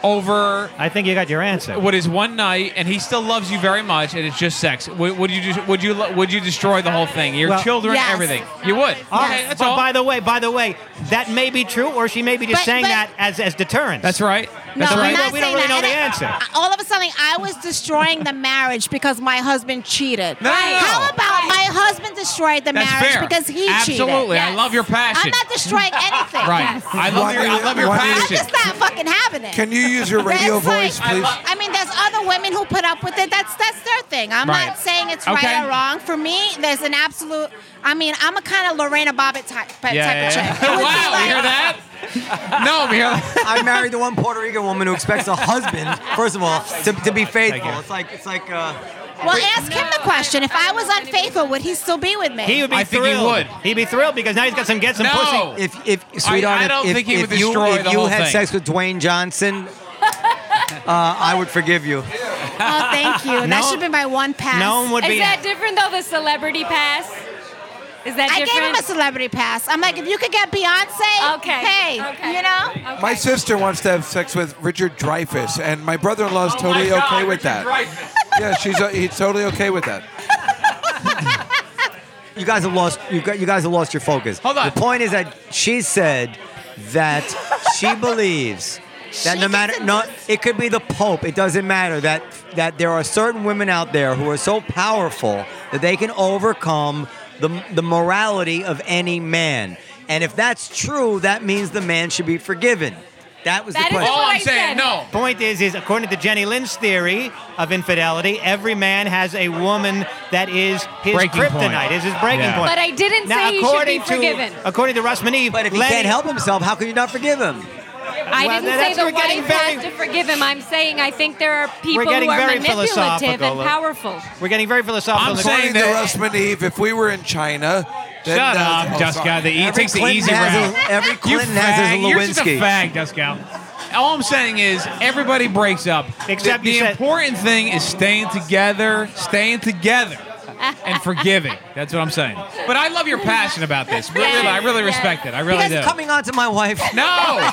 C: Over
F: I think you got your answer.
C: what is one night, and he still loves you very much, and it's just sex. Would, would you just, would you lo- would you destroy the whole thing? Your
F: Well-
C: children,
M: Yes.
C: everything. You would.
F: All
C: Okay,
F: right.
C: that's
F: but
C: all.
F: by the way, by the way, that may be true, or she may be just
M: But-
F: saying
M: but-
F: that as as deterrence.
C: That's right. That's
M: no,
C: right.
M: I'm not
F: We don't
M: saying
F: really know
M: that.
F: the
M: And
F: answer.
M: I- all of a sudden, I was destroying the marriage because my husband cheated.
C: No, no, no.
M: How about my husband destroyed the
C: That's
M: marriage
C: fair.
M: because he cheated?
C: Absolutely. I love your passion.
M: I'm not destroying anything.
C: Right. I love your I love your
D: Why did-
M: That's
C: passion.
M: just not fucking happening.
D: Can you use your radio
M: That's
D: voice,
M: like-
D: please?
M: I mean, there's other women who put up with it. That's that's their thing. I'm
C: Right.
M: not saying it's
C: Okay.
M: right or wrong. For me, there's an absolute. I mean, I'm a kind of Lorena Bobbitt type, type of chick. It
C: wow,
M: would be like-
C: you hear that? no, we hear that.
B: I married the one Puerto Rican woman who expects a husband, first of all, to, to be faithful. It's like it's like uh,
M: Well, ask him the question. If I was unfaithful, would he still be with me?
F: He would be
C: I think
F: thrilled.
C: he would.
F: He'd be thrilled because now he's got some get some
C: No.
F: pussy.
B: if if sweetheart,
C: I
B: if-
C: don't
B: if,
C: think he
B: if
C: would
B: you
C: destroy
B: if
C: the
B: you
C: whole
B: had
C: thing.
B: sex with Dwayne Johnson, uh, I would forgive you.
M: oh, thank you. That
F: No.
M: should be my one pass.
F: No one would
L: Is
F: be.
L: that different though? The celebrity pass. Is that
M: I gave
L: different?
M: him a celebrity pass. I'm like, if you could get Beyonce,
L: Okay.
M: hey,
L: Okay.
M: you know?
D: My sister wants to have sex with Richard Dreyfuss, and my brother-in-law is
C: Oh my
D: totally
C: God,
D: okay with that.
C: Richard Dreyfuss.
D: Yeah, she's uh, he's totally okay with that.
B: You guys have lost. You got. You guys have lost your focus.
C: Hold on.
B: The point is that she said that she believes that
M: She
B: no matter
M: doesn't
B: no,
M: believe-
B: it could be the Pope. It doesn't matter that that there are certain women out there who are so powerful that they can overcome the the morality of any man. And if that's true, that means the man should be forgiven. That was
L: That
B: the
L: is
B: question.
C: All
L: what
C: I'm
L: I said.
C: saying, no.
F: Point is, is according to Jenny Lynn's theory of infidelity, every man has a woman that is his
C: Breaking point.
F: kryptonite, is his breaking
C: Yeah.
F: point.
L: But I didn't
F: now,
L: say he should
F: according
L: be forgiven.
F: to according to Russ Maneve,
B: but if he
F: Lenny,
B: can't help himself, how can you not forgive him?
L: I
F: Well,
L: didn't
F: that's-
L: say the
F: we're
L: wife
F: getting
L: has
F: very-
L: to forgive him. I'm saying I think there are people who are
F: getting very
L: manipulative
F: philosophical.
L: and powerful.
F: we're getting very philosophical.
C: I'm
F: According
C: saying
D: According to
C: that-
D: Russman Eve, if we were in China, then,
C: Shut
D: uh,
C: up,
D: oh,
C: Jessica.
D: sorry.
F: E
C: The, he takes the
B: Clinton
C: easy
B: has
C: route.
B: his- every Clinton
C: you
B: has his
C: fag. You're just a
B: Lewinsky.
C: fag, Pascal. All I'm saying is everybody breaks up.
F: Except
C: the,
F: you
C: the
F: said-
C: important thing is staying together, staying together. and forgiving. That's what I'm saying. But I love your passion about this. Really,
B: Yeah.
C: I really
B: Yeah.
C: respect it. I really
B: you guys
C: do.
B: coming on to my wife.
C: No,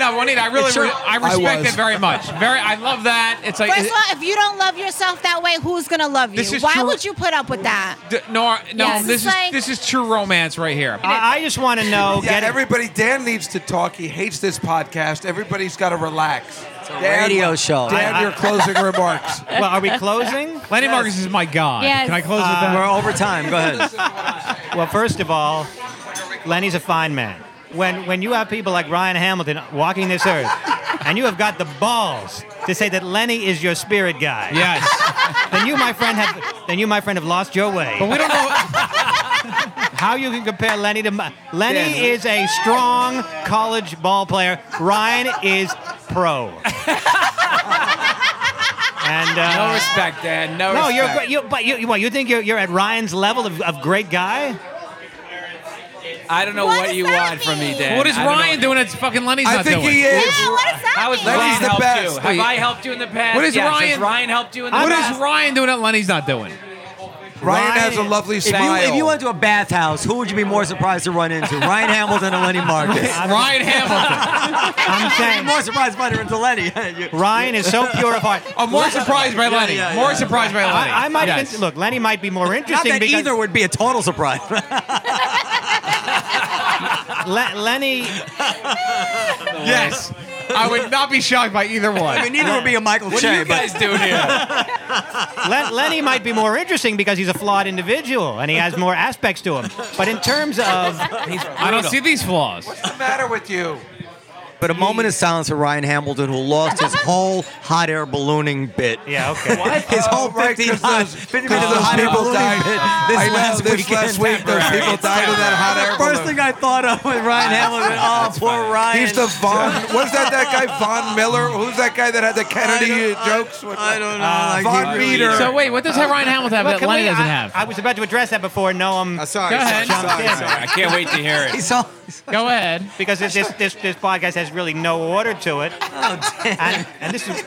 C: no, Juanita, I really,
B: It's your-
C: re- I
B: I
C: respect it
B: was.
C: very much. Very, I love that. It's like
M: First of all, if you don't love yourself that way, who's gonna love you?
C: This is
M: Why
C: true-
M: would you put up with that?
C: D- no, no,
M: Yes.
C: this
M: It's
C: is
M: like-
C: this is true romance right here.
F: I, I just want to know.
D: Yeah,
F: get it-
D: everybody. Dan needs to talk. He hates this podcast. Everybody's got to relax. It's a
B: radio show.
D: Dan,
B: I- I-
D: your closing remarks.
F: Well, are we closing? Uh,
C: Lenny Marcus is my god.
B: Yes. Can I close with that? We're over time. Go ahead.
F: well, first of all, Lenny's a fine man. When when you have people like Ryan Hamilton walking this earth, and you have got the balls to say that Lenny is your spirit guide,
C: yes,
F: then you, my friend, have then you, my friend, have lost your way. But
C: we don't know
F: how you can compare Lenny to my, Lenny
C: Yeah.
F: is a strong college ball player. Ryan is pro. and uh,
G: no respect, Dad. No,
F: no, you're,
G: respect.
F: gr- you, but you, you- what, you think you're, you're at Ryan's level of, of great guy?
G: I don't know what, you want from me, Dan.
C: What is
G: I don't know
C: Ryan doing? It's fucking Lenny's
G: I
C: not
G: think
C: doing.
G: he is. Yeah, what does that How is mean? Ryan
C: Lenny's
G: helped
C: best.
G: you? Have I helped you in the past?
C: What is
G: Yes. Has
C: Ryan?
G: Ryan helped you in the
C: What
G: past?
C: is Ryan doing that Lenny's not doing?
D: Ryan has a lovely
B: If you, if you went to a bathhouse, who would you be more surprised to run into? Ryan Hamilton or Lenny Marcus?
C: Ryan Hamilton.
F: I'm saying
B: more surprised by the Lenny.
F: Ryan is so pure of heart.
C: I'm Oh, more surprised by
B: Yeah,
C: Lenny.
B: yeah,
C: More
B: yeah.
C: surprised by Lenny.
F: I, I might
C: Yes.
F: even look. Lenny might be more
B: Not
F: interesting
B: that
F: because
B: either would be a total surprise.
F: Le- Lenny.
C: Yes. I would not be shocked by either one.
B: I mean, neither would be a Michael
F: What are
B: Che.
F: you
B: but-
F: guys doing here? Le- Lenny might be more interesting because he's a flawed individual and he has more aspects to him. But in terms of,
B: Uh,
C: I don't see these flaws.
D: What's the matter with you?
B: But a moment of silence for Ryan Hamilton, who lost his whole hot air ballooning bit.
F: Yeah, okay.
B: His whole
D: Oh, right,
B: 15
D: 'cause
B: hot,
D: those-
B: 50
D: 'cause
B: minutes of
D: those
B: hot air
D: people
B: ballooning
D: died.
B: bit.
D: I know,
B: This last
D: this
B: weekend.
D: last week, those
B: Temporary.
D: people died in that hot air
B: The first
D: balloon.
B: thing I thought of with Ryan Hamilton. Oh, poor Ryan.
D: He's the Von. What's that? That guy Von Miller. Who's that guy that had the Kennedy uh, jokes? with-
B: I don't know.
D: Uh, Von Meter. Uh,
C: So wait, what does Ryan Hamilton have
F: Uh,
C: that
F: Well, can
C: Lenny
F: we-
C: doesn't
F: I-
C: have?
F: I was about to address that before Noam.
B: Uh,
D: sorry,
C: Go ahead.
F: jumped
C: sorry,
F: in.
G: I can't wait to hear it.
C: Go ahead.
F: Because this, this, this, this podcast has really no order to it. and, and this is,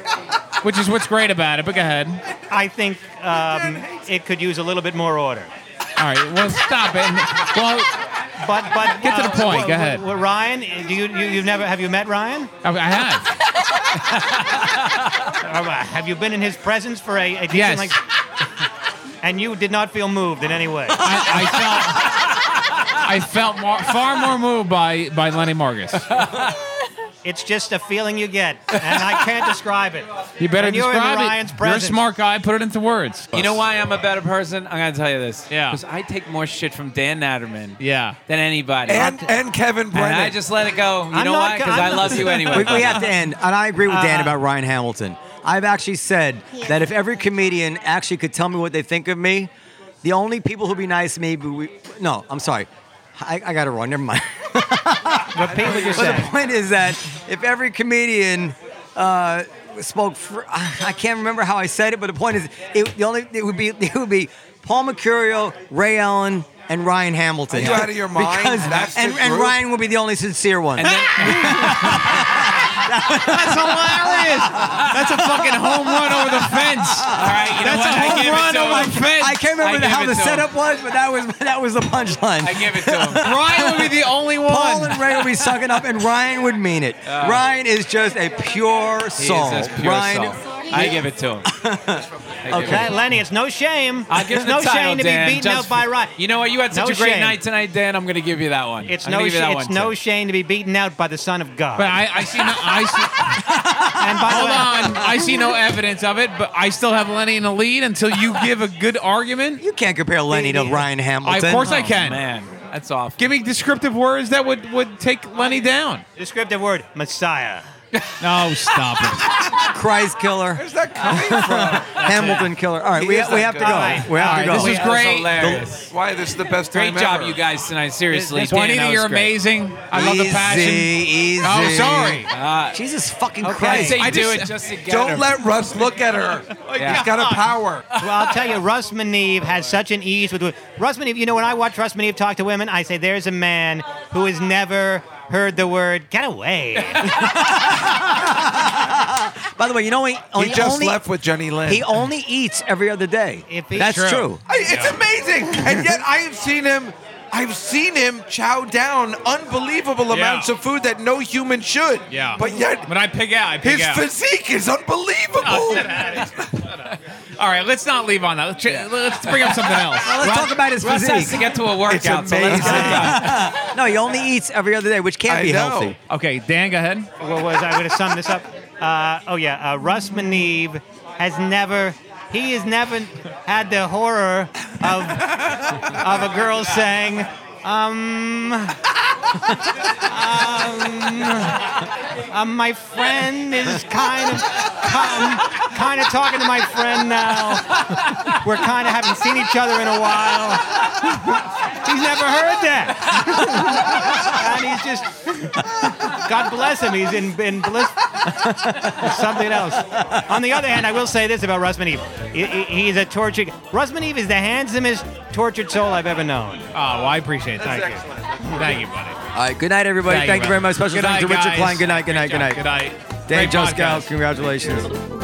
C: Which is what's great about it. But go ahead.
F: I think um, it could use a little bit more order.
C: All right. Well, stop it. Well,
F: But but uh,
C: Get to the point. Go ahead.
F: Well, Ryan, do you, you you've never have you met Ryan?
C: I I have.
F: Or, uh, have you been in his presence for a, a decent
C: Yes.
F: like? And you did not feel moved in any way.
C: I, I felt. I felt more, far more moved by by Lenny Marcus.
F: It's just a feeling you get, and I can't describe it.
C: You better
F: When you're in
C: describe
F: Ryan's
C: it.
F: presence.
C: You're a smart guy. Put it into words.
G: You know why I'm a better person? I'm gonna tell you this.
C: Yeah.
G: Because I take more shit from Dan Natterman
C: Yeah.
G: than anybody.
D: And, and Kevin
G: And
D: Brennan.
G: I just let it go. You
F: I'm
G: know
F: not
G: why?
F: go-
G: Because I
F: I'm not-
G: love you anyway. Uh,
B: we, we have to end. And I agree with Dan about Ryan Hamilton. I've actually said that if every comedian actually could tell me what they think of me, the only people who'd be nice to me, would be, no, I'm sorry. I, I got it wrong. Never mind.
F: Repeat what you're
B: But the
F: saying.
B: point is that if every comedian uh, spoke, fr- I can't remember how I said it, but the point is, it, the only it would be it would be Paul Mercurio, Ray Allen, and Ryan Hamilton.
D: Are you out of your mind?
B: Because,
D: That's the
B: and, and
D: group?
B: Ryan would be the only sincere one.
G: And then,
C: That's hilarious. That's a fucking home run over the fence.
G: all right, you know
C: That's a
G: what? I
C: home
G: give
C: run
G: it to
C: over
G: him.
C: the fence.
B: I can't remember
G: I
B: how
G: give
B: the
G: it to
B: setup was, but that was that was the punchline.
G: I give it to him.
C: Ryan would be the only one.
B: Paul and Ray would be sucking up, and Ryan would mean it. Ryan is just a pure
G: Oh. He is
B: soul.
G: just pure
B: Ryan,
G: soul. I give it to him.
F: Le- Lenny, it's no shame.
G: I'll give
F: it's
G: him
F: no
G: the title,
F: shame to
G: Dan,
F: be beaten
G: just
F: out by
G: for-
F: Ryan.
G: You know what? You had such
F: No
G: a great
F: shame.
G: night tonight, Dan. I'm going to give you that one.
F: It's
G: I'm gonna
F: no,
G: give you that
F: sh-
G: one
F: it's no
G: too.
F: shame to be beaten out by the Son of God.
C: But I, I see no, I see,
F: and by the
C: hold
F: way,
C: on, I see no evidence of it. But I still have Lenny in the lead until you give a good argument.
B: you can't compare Lenny to Ryan
C: I,
B: Hamilton.
C: of course I
G: Oh,
C: can.
G: man, that's awful.
C: Give me descriptive words that would would take Lenny down.
F: descriptive word Messiah.
C: No, Oh, stop it.
B: Christ killer.
D: Where's that coming from?
B: Hamilton killer. All right, we,
D: is
B: we
D: that
B: have to
D: good.
B: go.
F: All right.
B: We have
C: All
B: to
C: right,
B: go.
C: this was
G: That was
C: great.
G: hilarious.
D: Why this is the best
G: Great
D: time
G: job,
D: ever.
G: you guys tonight. Seriously,
C: This Juanita,
G: Dan, that
C: you're
G: was great.
C: amazing. I love the passion.
B: Easy,
C: Oh,
B: easy.
C: sorry.
D: Uh,
B: Jesus fucking
G: I
B: Christ.
G: say
C: I
G: do
C: just-
G: it just to get her.
D: Don't let Russ look at her. He's got a power.
F: Well, I'll tell you, Russ Maneve has such an ease with Russ Maneve. You know, when I watch Russ Maneve talk to women, I say, "There's a man who has never heard the word get away."
B: By the way, you know he,
D: Oh, He just left with Jenny Lynn.
B: He only eats every other day. That's true.
D: I- it's amazing. And yet I have seen him. I've seen him chow down unbelievable amounts of food that no human should.
C: Yeah.
D: But yet
C: when I pig out, I pig
D: his
C: out. Oh,
D: physique is unbelievable.
C: All right, let's not leave on that. Let's, ch- let's bring up something else.
B: Now let's
C: Russ-
B: talk about his
C: Russ
B: physique.
C: has to get to a workout. so let's get it done.
B: no, he only eats every other day, which can't be healthy.
C: Okay, Dan, go ahead.
F: What was I going to sum this up? Uh, oh yeah, uh, Russ Maneve has never. He has never had the horror of of a girl saying, um, um, um, my friend is kind of kind of talking to my friend now. We're kind of haven't seen each other in a while. He's never heard that, and he's just God bless him. He's in, in bliss. Something else. On the other hand, I will say this about Rusman Eve. He, he- he's a tortured. Rusman Eve is the handsomest tortured soul I've ever known.
C: Oh, well, I appreciate it.
F: Thank
C: you. Thank you, buddy.
B: All right, good night, everybody.
C: Thank
B: Thank,
C: you,
B: you very
C: brother.
B: much. Special
C: Good
B: thanks to
C: night,
B: Richard
C: guys.
B: Klein. Good night, good night,
C: Great
B: good
C: job.
B: night.
C: Good night. Great
B: Dan
C: podcast.
B: Joskal, congratulations.